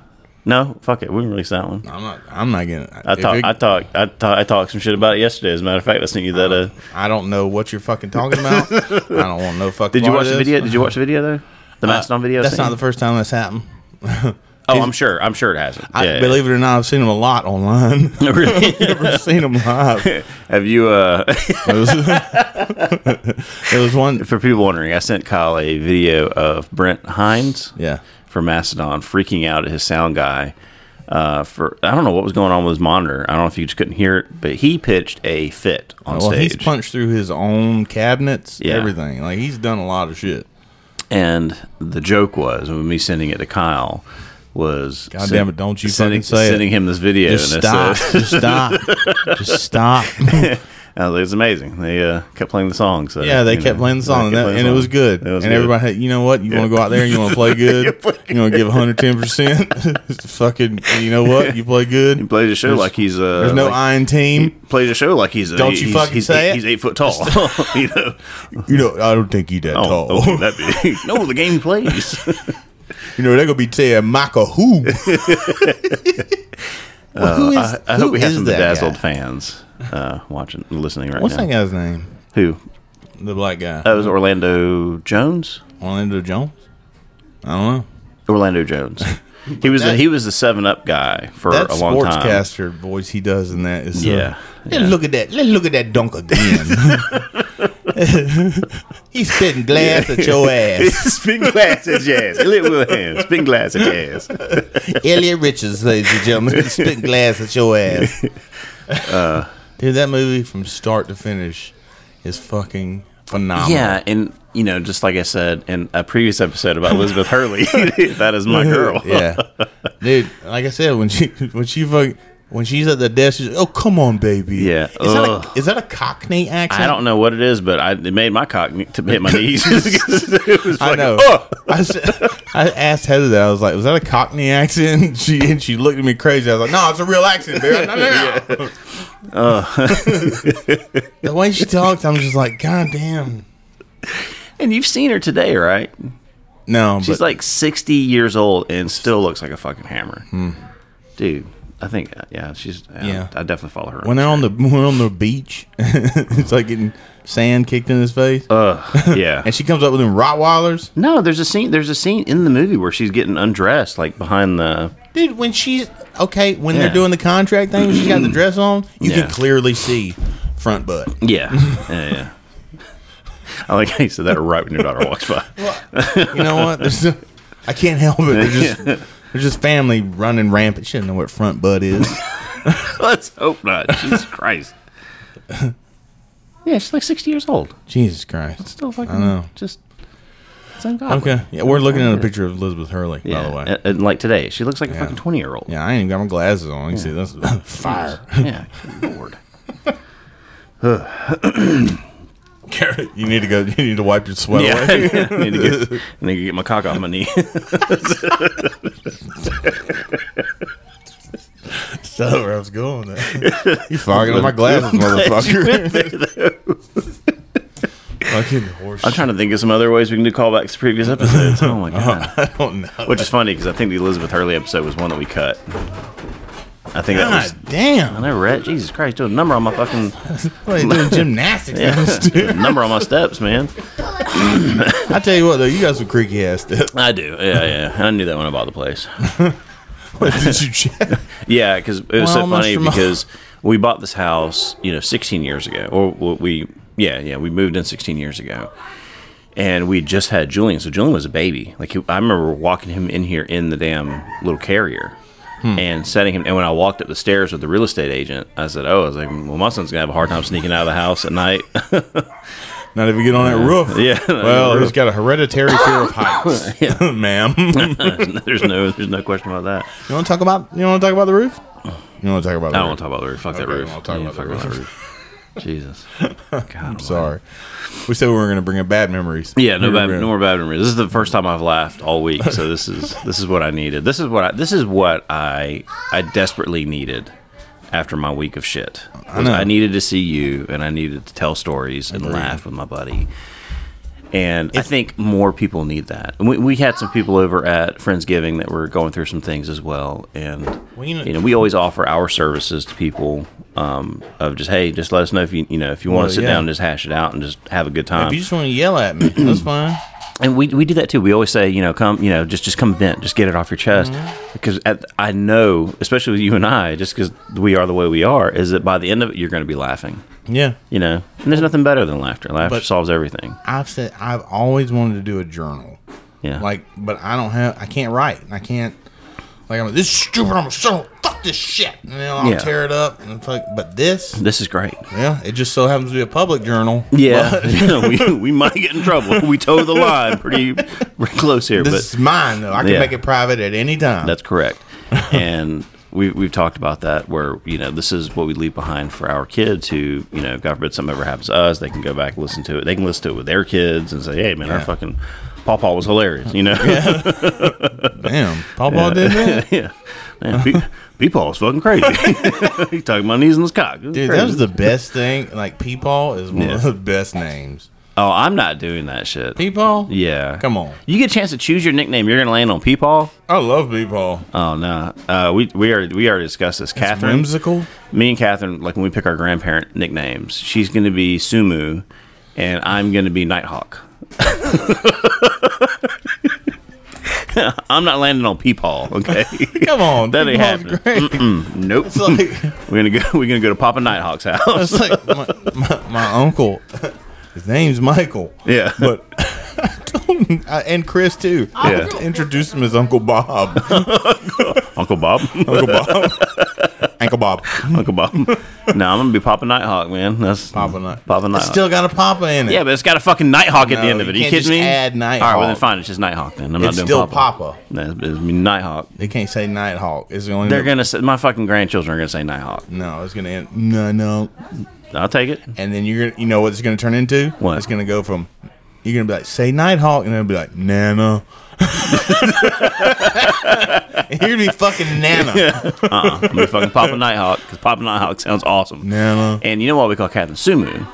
Speaker 2: No, fuck it. We can release that one.
Speaker 1: I'm not. I'm not getting.
Speaker 2: I
Speaker 1: if
Speaker 2: talk,
Speaker 1: it-
Speaker 2: I talk, I talk, I talked some shit about it yesterday. As a matter of fact, I sent you that. Uh,
Speaker 1: I don't know what you're fucking talking about. I don't want no fucking.
Speaker 2: did you
Speaker 1: part
Speaker 2: watch
Speaker 1: of
Speaker 2: the
Speaker 1: this.
Speaker 2: video? Did you watch the video though? The
Speaker 1: Uh,
Speaker 2: Mastodon video. I
Speaker 1: That's
Speaker 2: sent
Speaker 1: not
Speaker 2: you?
Speaker 1: the first time that's happened.
Speaker 2: Oh, I'm sure. I'm sure it hasn't.
Speaker 1: I
Speaker 2: Yeah, yeah.
Speaker 1: believe it or not, I've seen them a lot online.
Speaker 2: Really?
Speaker 1: Never seen them live. It
Speaker 2: Have you? Uh,
Speaker 1: was, it was one.
Speaker 2: for people wondering, I sent Kyle a video of Brent Hines.
Speaker 1: Yeah.
Speaker 2: from Mastodon freaking out at his sound guy. Uh, for I don't know what was going on with his monitor. I don't know if you just couldn't hear it, but he pitched a fit on
Speaker 1: Well,
Speaker 2: stage.
Speaker 1: he's punched through his own cabinets,
Speaker 2: Yeah.
Speaker 1: everything. Like he's done a lot of shit.
Speaker 2: and the joke was, with me sending it to Kyle, was
Speaker 1: God damn it, don't you
Speaker 2: sending,
Speaker 1: fucking say it.
Speaker 2: sending him this video.
Speaker 1: Just
Speaker 2: and uh, I
Speaker 1: stop.
Speaker 2: said-
Speaker 1: Just stop. Just stop.
Speaker 2: I was like, it's amazing. They uh, kept playing the song. So
Speaker 1: Yeah, they
Speaker 2: you
Speaker 1: kept
Speaker 2: know,
Speaker 1: playing the song, and,
Speaker 2: they kept
Speaker 1: that,
Speaker 2: playing
Speaker 1: and
Speaker 2: the
Speaker 1: it was
Speaker 2: song.
Speaker 1: good.
Speaker 2: It was
Speaker 1: and
Speaker 2: good.
Speaker 1: everybody, had, you know what? You want to go out there and you want to play good. you want to give 110. percent Fucking, you know what? You play good.
Speaker 2: He plays a show like he's uh,
Speaker 1: There's no
Speaker 2: like-
Speaker 1: iron team.
Speaker 2: plays a show like he's a,
Speaker 1: Don't you
Speaker 2: he's,
Speaker 1: fucking
Speaker 2: he's,
Speaker 1: say it.
Speaker 2: he's eight foot tall. you know,
Speaker 1: You know, I don't think you that
Speaker 2: oh,
Speaker 1: tall.
Speaker 2: oh that big. no, the game plays.
Speaker 1: You know, they're gonna be telling Michael who. Well, who is,
Speaker 2: Uh, I, I hope
Speaker 1: who
Speaker 2: we have
Speaker 1: is
Speaker 2: some
Speaker 1: that
Speaker 2: bedazzled
Speaker 1: guy?
Speaker 2: fans uh, watching, listening right
Speaker 1: What's
Speaker 2: now. Uh,
Speaker 1: that guy's name?
Speaker 2: Who?
Speaker 1: The black guy.
Speaker 2: That was Orlando Jones.
Speaker 1: Orlando Jones. I don't know.
Speaker 2: Orlando Jones. He was the, he was the Seven Up guy for
Speaker 1: That
Speaker 2: a long time.
Speaker 1: sportscaster voice he does in that is uh,
Speaker 2: Yeah,
Speaker 1: Let's look at that. Let's look at that dunk again. He's spitting glass at your ass.
Speaker 2: Spin glass at jazz. Little hands. Spin glass at jazz.
Speaker 1: Elliot Richards, ladies and gentlemen, spitting glass at your ass.
Speaker 2: Uh,
Speaker 1: Dude, that movie from start to finish is fucking phenomenal.
Speaker 2: Yeah, and you know, just like I said in a previous episode about Elizabeth Hurley, that is my girl.
Speaker 1: yeah, dude. Like I said, when she when she fuck, when she's at the desk, she's oh come on, baby.
Speaker 2: Yeah,
Speaker 1: Is that,
Speaker 2: ugh.
Speaker 1: a, is that a Cockney accent?
Speaker 2: I don't know what it is, but I, it made my cock to hit my knees. it was fucking-
Speaker 1: I know. I, said, I asked Heather that. I was like, "Was that a Cockney accent?" She and she looked at me crazy. I was like, "No, it's a real accent, baby. No, no, no." Uh. the way she talked, I'm just like, "God damn."
Speaker 2: And you've seen her today, right?
Speaker 1: No,
Speaker 2: She's
Speaker 1: but
Speaker 2: like 60 years old and still looks like a fucking hammer. Dude, I think, uh, yeah, she's,
Speaker 1: Hmm. Yeah.
Speaker 2: yeah. I definitely follow her.
Speaker 1: when they're on the when they're on the beach, it's like getting sand kicked in his face,
Speaker 2: Uh. Ugh, yeah.
Speaker 1: and she comes up with them Rottweilers.
Speaker 2: no, there's a scene, there's a scene in the movie where she's getting undressed, like behind the,
Speaker 1: Dude, when she's okay, when
Speaker 2: Yeah.
Speaker 1: they're doing the contract thing, she got the dress on. You
Speaker 2: Yeah.
Speaker 1: can clearly see front butt.
Speaker 2: yeah, yeah, yeah. I like how you said that right when your daughter walks by.
Speaker 1: You know what? There's no- I can't help it. They're just, they're just family running rampant. She doesn't know what front butt is.
Speaker 2: Let's hope not. Jesus Christ. Yeah, she's like 60 years old.
Speaker 1: Jesus Christ.
Speaker 2: Still fucking,
Speaker 1: know.
Speaker 2: just, it's ungodly.
Speaker 1: Okay. Yeah, we're looking at a picture of Elizabeth Hurley,
Speaker 2: Yeah,
Speaker 1: by the way.
Speaker 2: And, and like today, she looks like a fucking 20 year old.
Speaker 1: yeah, I ain't even got my glasses on. You can see that's fire.
Speaker 2: Yeah, good lord.
Speaker 1: Garrett, you need to go. You need to wipe your sweat
Speaker 2: Yeah,
Speaker 1: away.
Speaker 2: I need to get, I need to get my cock off my knee.
Speaker 1: So where I was going. there. you fogging up my glasses, motherfucker. Fucking horse.
Speaker 2: I'm trying to think of some other ways we can do callbacks to previous episodes. Oh my god!
Speaker 1: I don't know.
Speaker 2: Which is funny because I think the Elizabeth Hurley episode was one that we cut. I think that was.
Speaker 1: God damn.
Speaker 2: I never read. Jesus Christ, doing a number on my fucking
Speaker 1: What are you doing gymnastics downstairs?
Speaker 2: number on my steps, man.
Speaker 1: I tell you what, though, you got some creaky ass stuff.
Speaker 2: I do. Yeah, yeah. I knew that when I bought the place.
Speaker 1: Did you check?
Speaker 2: Yeah, because it was
Speaker 1: Well,
Speaker 2: so funny
Speaker 1: Mr. Mo-
Speaker 2: because we bought this house, you know, 16 years ago, or w- we Yeah, yeah. We moved in 16 years ago, and we just had Julian. So Julian was a baby. Like he, I remember walking him in here in the damn little carrier.
Speaker 1: Hmm.
Speaker 2: And setting him, and when I walked up the stairs with the real estate agent, I said, "Oh, I was like, well, my son's gonna have a hard time sneaking out of the house at night."
Speaker 1: Not if you get on that roof.
Speaker 2: yeah,
Speaker 1: Well, he's got a hereditary fear of heights, ma'am. you
Speaker 2: there's no, there's no question about that.
Speaker 1: want to talk about? You want to talk about the roof? You want to talk about? The
Speaker 2: I don't want
Speaker 1: roof?
Speaker 2: to talk about the roof. Fuck that
Speaker 1: Okay, we
Speaker 2: roof.
Speaker 1: won't talk
Speaker 2: Yeah,
Speaker 1: about the
Speaker 2: fuck
Speaker 1: roof.
Speaker 2: that roof. Jesus. God, I'm
Speaker 1: Sorry, we said we were going to bring up bad memories.
Speaker 2: Yeah, no
Speaker 1: We were
Speaker 2: bad,
Speaker 1: gonna-
Speaker 2: no more bad memories. This is the first time I've laughed all week, so this is this is what I needed. This is what I this is what I I desperately needed after my week of shit. I,
Speaker 1: know.
Speaker 2: needed to see you, and I needed to tell stories and laugh with my buddy. And I think more people need that. And we, we had some people over at Friendsgiving that were going through some things as well. And
Speaker 1: Well,
Speaker 2: you,
Speaker 1: you
Speaker 2: know,
Speaker 1: know-
Speaker 2: we always offer our services to people um, of just hey, just let us know if you you know if you want
Speaker 1: Well,
Speaker 2: to sit
Speaker 1: yeah.
Speaker 2: down and just hash it out and just have a good time
Speaker 1: If you just want to yell at me, that's fine.
Speaker 2: and we, we do that too. We always say, you know, come, you know, just just come vent, just get it off your chest,
Speaker 1: Mm-hmm.
Speaker 2: because at, I know, especially with you and I, just because we are the way we are, is that by the end of it, you're going to be laughing,
Speaker 1: Yeah,
Speaker 2: you know. And there's nothing better than laughter. Laughter
Speaker 1: But-
Speaker 2: solves everything.
Speaker 1: I've said I've always wanted to do a journal.
Speaker 2: Yeah,
Speaker 1: Like, but I don't have. I can't write. I can't. Like, I'm like, this is stupid. I'm a son. of- Fuck this shit. And then I'll
Speaker 2: Yeah.
Speaker 1: tear it up. And it's like, but this,
Speaker 2: this is great.
Speaker 1: yeah, it just so happens to be a public journal.
Speaker 2: Yeah, we, we might get in trouble. We toe the line pretty, pretty close here,
Speaker 1: This
Speaker 2: but
Speaker 1: is mine though. I can
Speaker 2: Yeah.
Speaker 1: make it private at any time.
Speaker 2: That's correct. and we, we've talked about that where, you know, this is what we leave behind for our kids who, you know, God forbid something ever happens to us, they can go back and listen to it. They can listen to it with their kids and say, hey, man, our
Speaker 1: Yeah.
Speaker 2: fucking Paw Paw was hilarious, you know?
Speaker 1: damn. Paw Paw did that.
Speaker 2: yeah. Man, Pe- Peepaw was fucking crazy. he talking about knees and his cock. It was
Speaker 1: Dude,
Speaker 2: crazy.
Speaker 1: that was the best thing. Like, Peepaw is one
Speaker 2: Yeah.
Speaker 1: of the best names.
Speaker 2: oh, I'm not doing that shit.
Speaker 1: Peepaw?
Speaker 2: yeah.
Speaker 1: Come on.
Speaker 2: You get a chance to choose your nickname. You're going to land on Peepaw?
Speaker 1: I love Peepaw.
Speaker 2: Oh, no. Uh, we, we, already, we already discussed this. Catherine.
Speaker 1: Whimsical.
Speaker 2: me and Catherine, like when we pick our grandparent nicknames, she's going to be Sumu, and I'm going to be Nighthawk. I'm not landing on Peepaw, okay?
Speaker 1: Come on.
Speaker 2: That ain't
Speaker 1: Peepaw's
Speaker 2: happening.
Speaker 1: great.
Speaker 2: nope.
Speaker 1: It's like.
Speaker 2: we're gonna go. We're gonna go to Papa Nighthawk's house.
Speaker 1: It's like my, my, my uncle. His name's Michael.
Speaker 2: Yeah.
Speaker 1: But I don't, I, and Chris too. I
Speaker 2: Yeah.
Speaker 1: have to introduce him as Uncle Bob.
Speaker 2: Uncle Bob.
Speaker 1: Uncle Bob. Uncle Bob.
Speaker 2: Uncle Bob. No, I'm gonna be Papa Nighthawk, man. That's
Speaker 1: Papa Night.
Speaker 2: Papa
Speaker 1: It's
Speaker 2: Nighthawk.
Speaker 1: still got a Papa in it.
Speaker 2: yeah, but it's got a fucking Nighthawk at the
Speaker 1: No,
Speaker 2: end of
Speaker 1: you
Speaker 2: it. Are you
Speaker 1: can't
Speaker 2: kidding me?
Speaker 1: just add
Speaker 2: All right, well then
Speaker 1: Nighthawk.
Speaker 2: fine. It's just Nighthawk then. I'm not
Speaker 1: It's
Speaker 2: doing
Speaker 1: still
Speaker 2: Papa.
Speaker 1: Papa.
Speaker 2: No, it's, it's Nighthawk.
Speaker 1: They can't say Nighthawk. It's the only.
Speaker 2: They're gonna say my fucking grandchildren are gonna say Nighthawk.
Speaker 1: No, it's gonna end. No, no.
Speaker 2: I'll take it.
Speaker 1: And then you're gonna. You know what it's gonna turn into?
Speaker 2: What?
Speaker 1: It's gonna go from. You're gonna be like, say Nighthawk, and they'll be like, Nana. and you're gonna be fucking Nana.
Speaker 2: Uh-uh. I'm gonna fucking Papa Nighthawk because Papa Nighthawk sounds awesome.
Speaker 1: Nana.
Speaker 2: And you know why we call Catherine Sumu?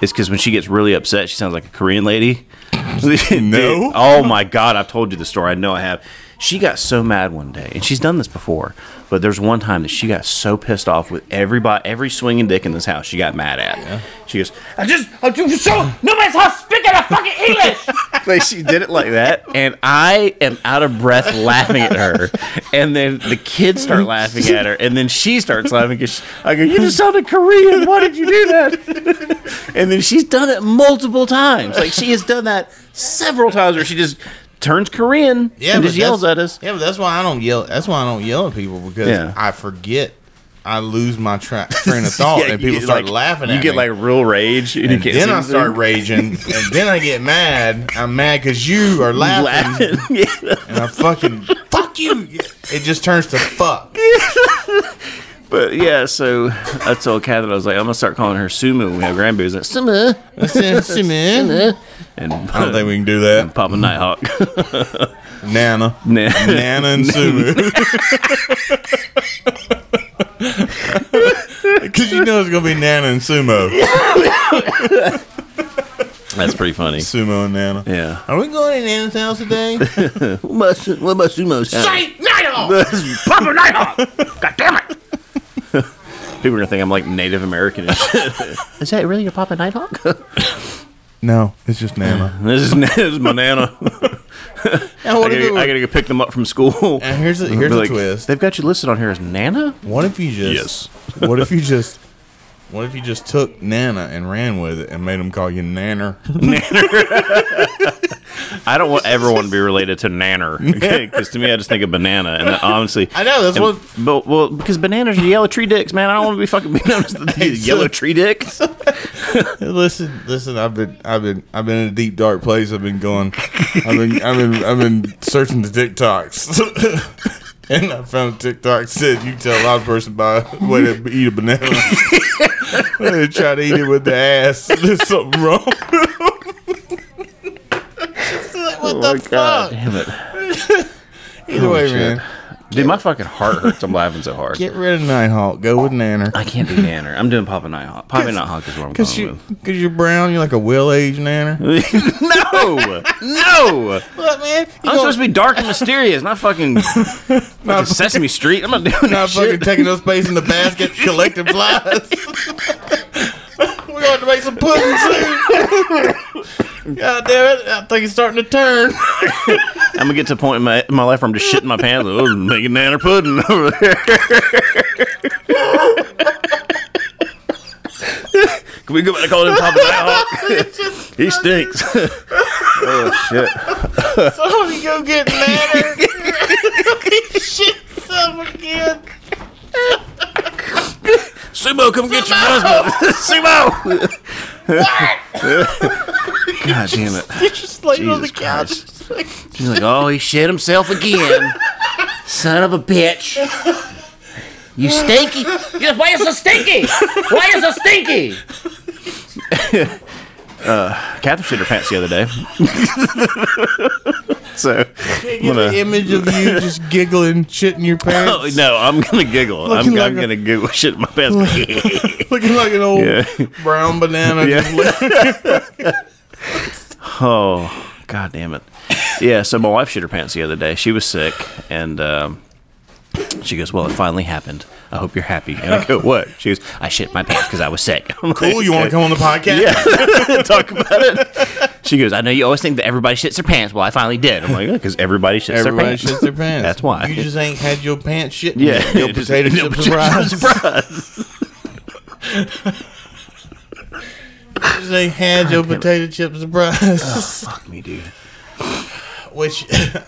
Speaker 2: It's because when she gets really upset, she sounds like a Korean lady. Dude, oh my God, I've told you the story. I know I have. She got so mad one day, and she's done this before. But there's one time that she got so pissed off with everybody, every swinging dick in this house. She got mad at. She goes, "I just, I just so nobody's house speaking a fucking English." like she did it like that, and I am out of breath laughing at her. And then the kids start laughing at her, and then she starts laughing because I go, "You just sounded Korean. Why did you do that?" And then she's done it multiple times. Like she has done that several times where she just turns Korean and
Speaker 1: but
Speaker 2: just yells at
Speaker 1: that's-
Speaker 2: us.
Speaker 1: Yeah, but that's why I don't yell. That's why I don't yell at people because
Speaker 2: Yeah.
Speaker 1: I forget. I lose my tra- train of thought,
Speaker 2: Yeah,
Speaker 1: Oh, and
Speaker 2: you
Speaker 1: people
Speaker 2: get,
Speaker 1: start
Speaker 2: like-
Speaker 1: laughing at
Speaker 2: You get
Speaker 1: me.
Speaker 2: like real rage, and, you
Speaker 1: and
Speaker 2: can't
Speaker 1: then
Speaker 2: see
Speaker 1: I start
Speaker 2: anything.
Speaker 1: raging, and then I get mad. I'm mad because you are laughing,
Speaker 2: laughing. Yeah.
Speaker 1: and I fucking fuck you. It just turns to fuck.
Speaker 2: But yeah, so I told Catherine, I was like, I'm gonna start calling her Sumu when we have grandbabies. Like, Sumu,
Speaker 1: I
Speaker 2: and
Speaker 1: don't think we can do that,
Speaker 2: Papa Nighthawk.
Speaker 1: Nana,
Speaker 2: Nah.
Speaker 1: Nana and Sumu. Because you know it's gonna be Nana and Sumo,
Speaker 2: That's pretty funny.
Speaker 1: Sumo and Nana.
Speaker 2: Yeah.
Speaker 1: Are we going to Nana's house today?
Speaker 2: What about, Su- what about Sumo's house?
Speaker 5: Nighthawk! Papa Nighthawk! God damn it!
Speaker 2: People are gonna think I'm like Native American. and shit. Is that really your Papa Nighthawk?
Speaker 1: no, it's just Nana.
Speaker 2: this, is, this is my nana.
Speaker 1: And
Speaker 2: I
Speaker 1: what, if
Speaker 2: gotta,
Speaker 1: it
Speaker 2: go-
Speaker 1: were-
Speaker 2: I gotta go pick them up from school.
Speaker 1: and here's a,
Speaker 2: Be
Speaker 1: here's a
Speaker 2: like,
Speaker 1: twist.
Speaker 2: They've got you listed on here as Nana.
Speaker 1: What if you just? What if you just What if you just took Nana and ran with it and made them call you Nanner?
Speaker 2: I don't want everyone to be related to nanner, okay? Because to me, I just think of banana, and that honestly,
Speaker 1: I know, that's
Speaker 2: and-
Speaker 1: what-
Speaker 2: But well, because bananas are yellow tree dicks, man. I don't want to be fucking being honest with these
Speaker 1: so-
Speaker 2: yellow tree dicks.
Speaker 1: listen, listen. I've been, I've been, I've been in a deep dark place. I've been going. I've been, I've been, I've been searching the TikToks, and I found a TikTok said you tell a lot of person by the way they eat a banana, when they try to eat it with the ass. There's something wrong.
Speaker 8: Oh my god.
Speaker 2: Damn it,
Speaker 1: Either way, man,
Speaker 2: dude, my fucking heart hurts. I'm laughing so hard.
Speaker 1: get rid of Nighthawk. Go with Nanner.
Speaker 2: I can't do nanner. I'm doing Papa Nighthawk. Papa Nighthawk is what I'm
Speaker 1: Cause
Speaker 2: going
Speaker 1: you,
Speaker 2: with.
Speaker 1: cause you're brown. You're like a well aged Nanner.
Speaker 2: Uh, no, no.
Speaker 1: Look, man, you
Speaker 2: I'm
Speaker 1: gonna-
Speaker 2: supposed to be dark and mysterious, not fucking, fucking Sesame Street. I'm not doing that
Speaker 1: not fucking
Speaker 2: shit.
Speaker 1: taking no space in the basket, collecting flies. We're going to make some pudding soon. God damn it! I think it's starting to turn.
Speaker 2: I'm gonna get to a point in my, in my life where I'm just shitting my pants. Like, oh, making nanner pudding over there. Can we go back and call him Papa Nighthawk? he stinks. oh shit!
Speaker 1: So Oh, you go get madder. Shit, some again.
Speaker 2: Sumo, come get your husband. Sumo. God damn it!
Speaker 1: You're just laying on the
Speaker 2: Jesus
Speaker 1: couch.
Speaker 2: Christ.
Speaker 1: It's like,
Speaker 2: She's like, oh, he shit himself again.
Speaker 8: Son of a bitch. You stinky. You- Why you so stinky? Why you so stinky?
Speaker 2: Catherine shit her pants the other day. so
Speaker 1: Get the image of you just giggling, shitting your
Speaker 2: Oh,
Speaker 1: pants,
Speaker 2: no, I'm gonna giggle. I'm,
Speaker 1: Looking
Speaker 2: I'm
Speaker 1: like a-
Speaker 2: gonna giggle shit in my pants.
Speaker 1: looking like an old
Speaker 2: Yeah.
Speaker 1: brown banana.
Speaker 2: Yeah.
Speaker 1: just laying-
Speaker 2: oh, god damn it. Yeah, so my wife shit her pants the other day. She was sick, and um, she goes, "Well, it finally happened. I hope you're happy." And I go, "What?" She goes, "I shit my pants because I was sick." I'm like,
Speaker 1: Cool. You want to come on the podcast?
Speaker 2: Yeah, talk about it. She goes, "I know you always think that everybody shits their pants. Well, I finally did." I'm like, "Because everybody shits
Speaker 1: Everybody
Speaker 2: their pants.
Speaker 1: shits their pants.
Speaker 2: That's why.
Speaker 1: You just ain't had your pants shit.
Speaker 2: Yeah,
Speaker 1: Your
Speaker 2: just-
Speaker 1: potato
Speaker 2: no
Speaker 1: chip
Speaker 2: potato
Speaker 1: surprise.
Speaker 2: chip
Speaker 1: You just ain't had your potato chip surprise.
Speaker 2: Fuck me, dude.
Speaker 1: Which I think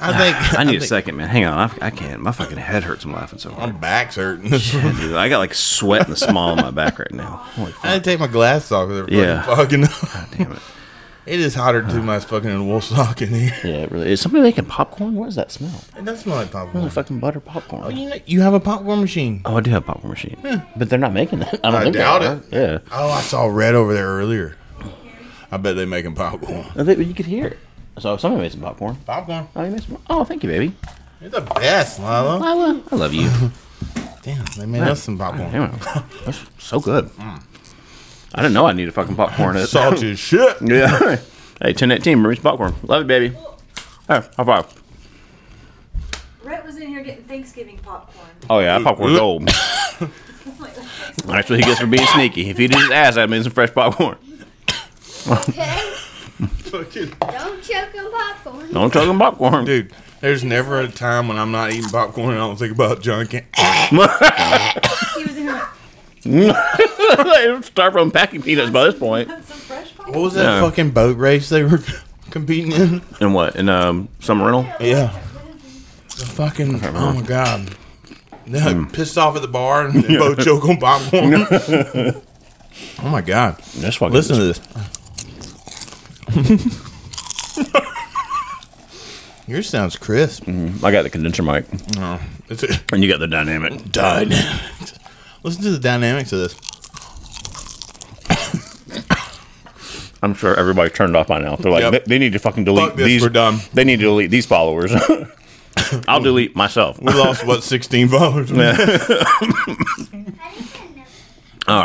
Speaker 2: I need a
Speaker 1: think
Speaker 2: second, man. Hang on, I, I can't. My fucking head hurts. I'm laughing so hard.
Speaker 1: My back's hurting.
Speaker 2: Dude, I got like sweat in the small of my back right now. Holy
Speaker 1: I
Speaker 2: fuck,
Speaker 1: didn't take my glass off. 'cause They're
Speaker 2: Yeah.
Speaker 1: fucking fucking.
Speaker 2: damn it.
Speaker 1: it is hotter than two miles fucking in a wolf sock in here.
Speaker 2: Yeah, it really. Is somebody making popcorn? What does that smell?
Speaker 1: It does smell like popcorn.
Speaker 2: Fucking butter popcorn. Oh,
Speaker 1: You, know, you have a popcorn machine.
Speaker 2: I do have a popcorn machine, but they're not making that. I don't
Speaker 1: I
Speaker 2: think they
Speaker 1: doubt
Speaker 2: are.
Speaker 1: it.
Speaker 2: Yeah,
Speaker 1: Oh, I saw red over there earlier. I bet they making popcorn.
Speaker 2: I think you could hear it. So somebody made some popcorn.
Speaker 1: Popcorn.
Speaker 2: Oh, you made some. Oh, thank you, baby.
Speaker 1: You're the best, Lilo.
Speaker 2: Lila, I love you.
Speaker 1: Damn, they made us some popcorn.
Speaker 2: Damn, that's so good. I didn't know I needed fucking popcorn.
Speaker 1: Salty as shit.
Speaker 2: Yeah. hey, ten eighteen, Marie's popcorn. Love you, baby. Hey, high five.
Speaker 3: Rhett was in here getting Thanksgiving popcorn.
Speaker 2: Oh yeah, that popcorn's old. That's what he gets for being sneaky. If he did his ass, I'd made some fresh popcorn.
Speaker 9: Okay,
Speaker 1: Fucking-
Speaker 9: don't choke on popcorn.
Speaker 2: Don't talk him popcorn.
Speaker 1: Dude, there's never a time when I'm not eating popcorn and I don't think about John Can-
Speaker 3: He was in here
Speaker 2: Start from packing peanuts by this point.
Speaker 3: with some fresh popcorn.
Speaker 1: What was that
Speaker 2: Yeah.
Speaker 1: fucking boat race they were competing in?
Speaker 2: And what? And um, summer rental.
Speaker 1: Yeah. The fucking, oh my god. They like, pissed off at the bar and they both choke on popcorn. oh my god.
Speaker 2: That's fucking.
Speaker 1: Listen to this. Yours sounds crisp.
Speaker 2: I got the condenser mic,
Speaker 1: It's a-
Speaker 2: and you got the dynamic.
Speaker 1: dynamics. Listen to the dynamics of this.
Speaker 2: I'm sure everybody turned off by now. They're like,
Speaker 1: Yep.
Speaker 2: "They- they need to fucking delete
Speaker 1: Fuck this,
Speaker 2: these.
Speaker 1: we're done.
Speaker 2: They need to delete these followers. I'll delete myself.
Speaker 1: We lost what sixteen followers.
Speaker 2: All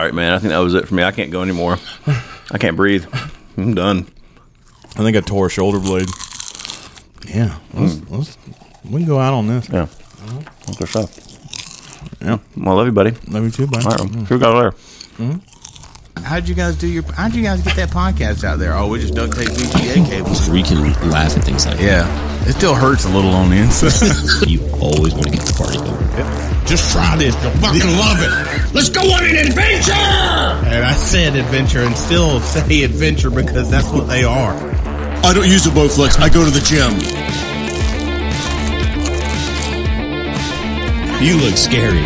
Speaker 2: right, man. I think that was it for me. I can't go anymore. I can't breathe. I'm done.
Speaker 1: I think I tore a shoulder blade. Yeah, let's, let's we can go out on this.
Speaker 2: Yeah. That's good stuff. Mm. Yeah. Well, I love you, buddy.
Speaker 1: Love you too, buddy.
Speaker 2: All right. See you guys later.
Speaker 1: How'd you guys do your? How'd you guys get that podcast out there? Oh, we just duct tape VGA cables.
Speaker 5: Where you can laugh at things like
Speaker 1: Yeah, it still hurts a little on the inside.
Speaker 5: that. You always want to get the party going.
Speaker 4: Just try this. You'll fucking love it. Let's go on an adventure! And I said adventure and still say adventure because that's what they are.
Speaker 6: I don't use a Bowflex. I go to the gym.
Speaker 5: You look scary.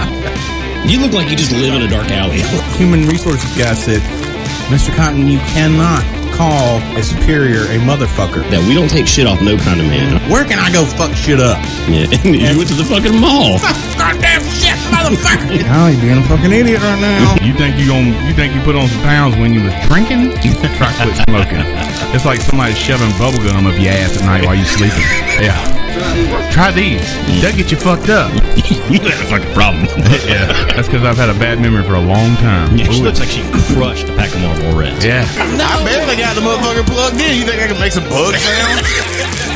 Speaker 5: You look like you just live in a dark alley.
Speaker 4: Human resources guy said, Mr. Cotton, you cannot call a superior a motherfucker.
Speaker 5: That we don't take shit off no kind of man.
Speaker 4: Where can I go fuck shit up?
Speaker 5: Yeah. And you went to the fucking mall.
Speaker 4: Goddamn shit, motherfucker! oh, you're being a fucking idiot right now.
Speaker 7: You think you going you think you put on some pounds when you was drinking? Try to quit smoking. It's like somebody shoving bubble gum up your ass at night while you sleeping. Yeah. Try these. That get you fucked up.
Speaker 5: you have a fucking problem.
Speaker 7: Yeah. That's because I've had a bad memory for a long time.
Speaker 5: Yeah, she looks like she crushed a pack of Marlboro Reds.
Speaker 7: Yeah.
Speaker 4: I barely got the motherfucker plugged in. You think I can make some bug sounds?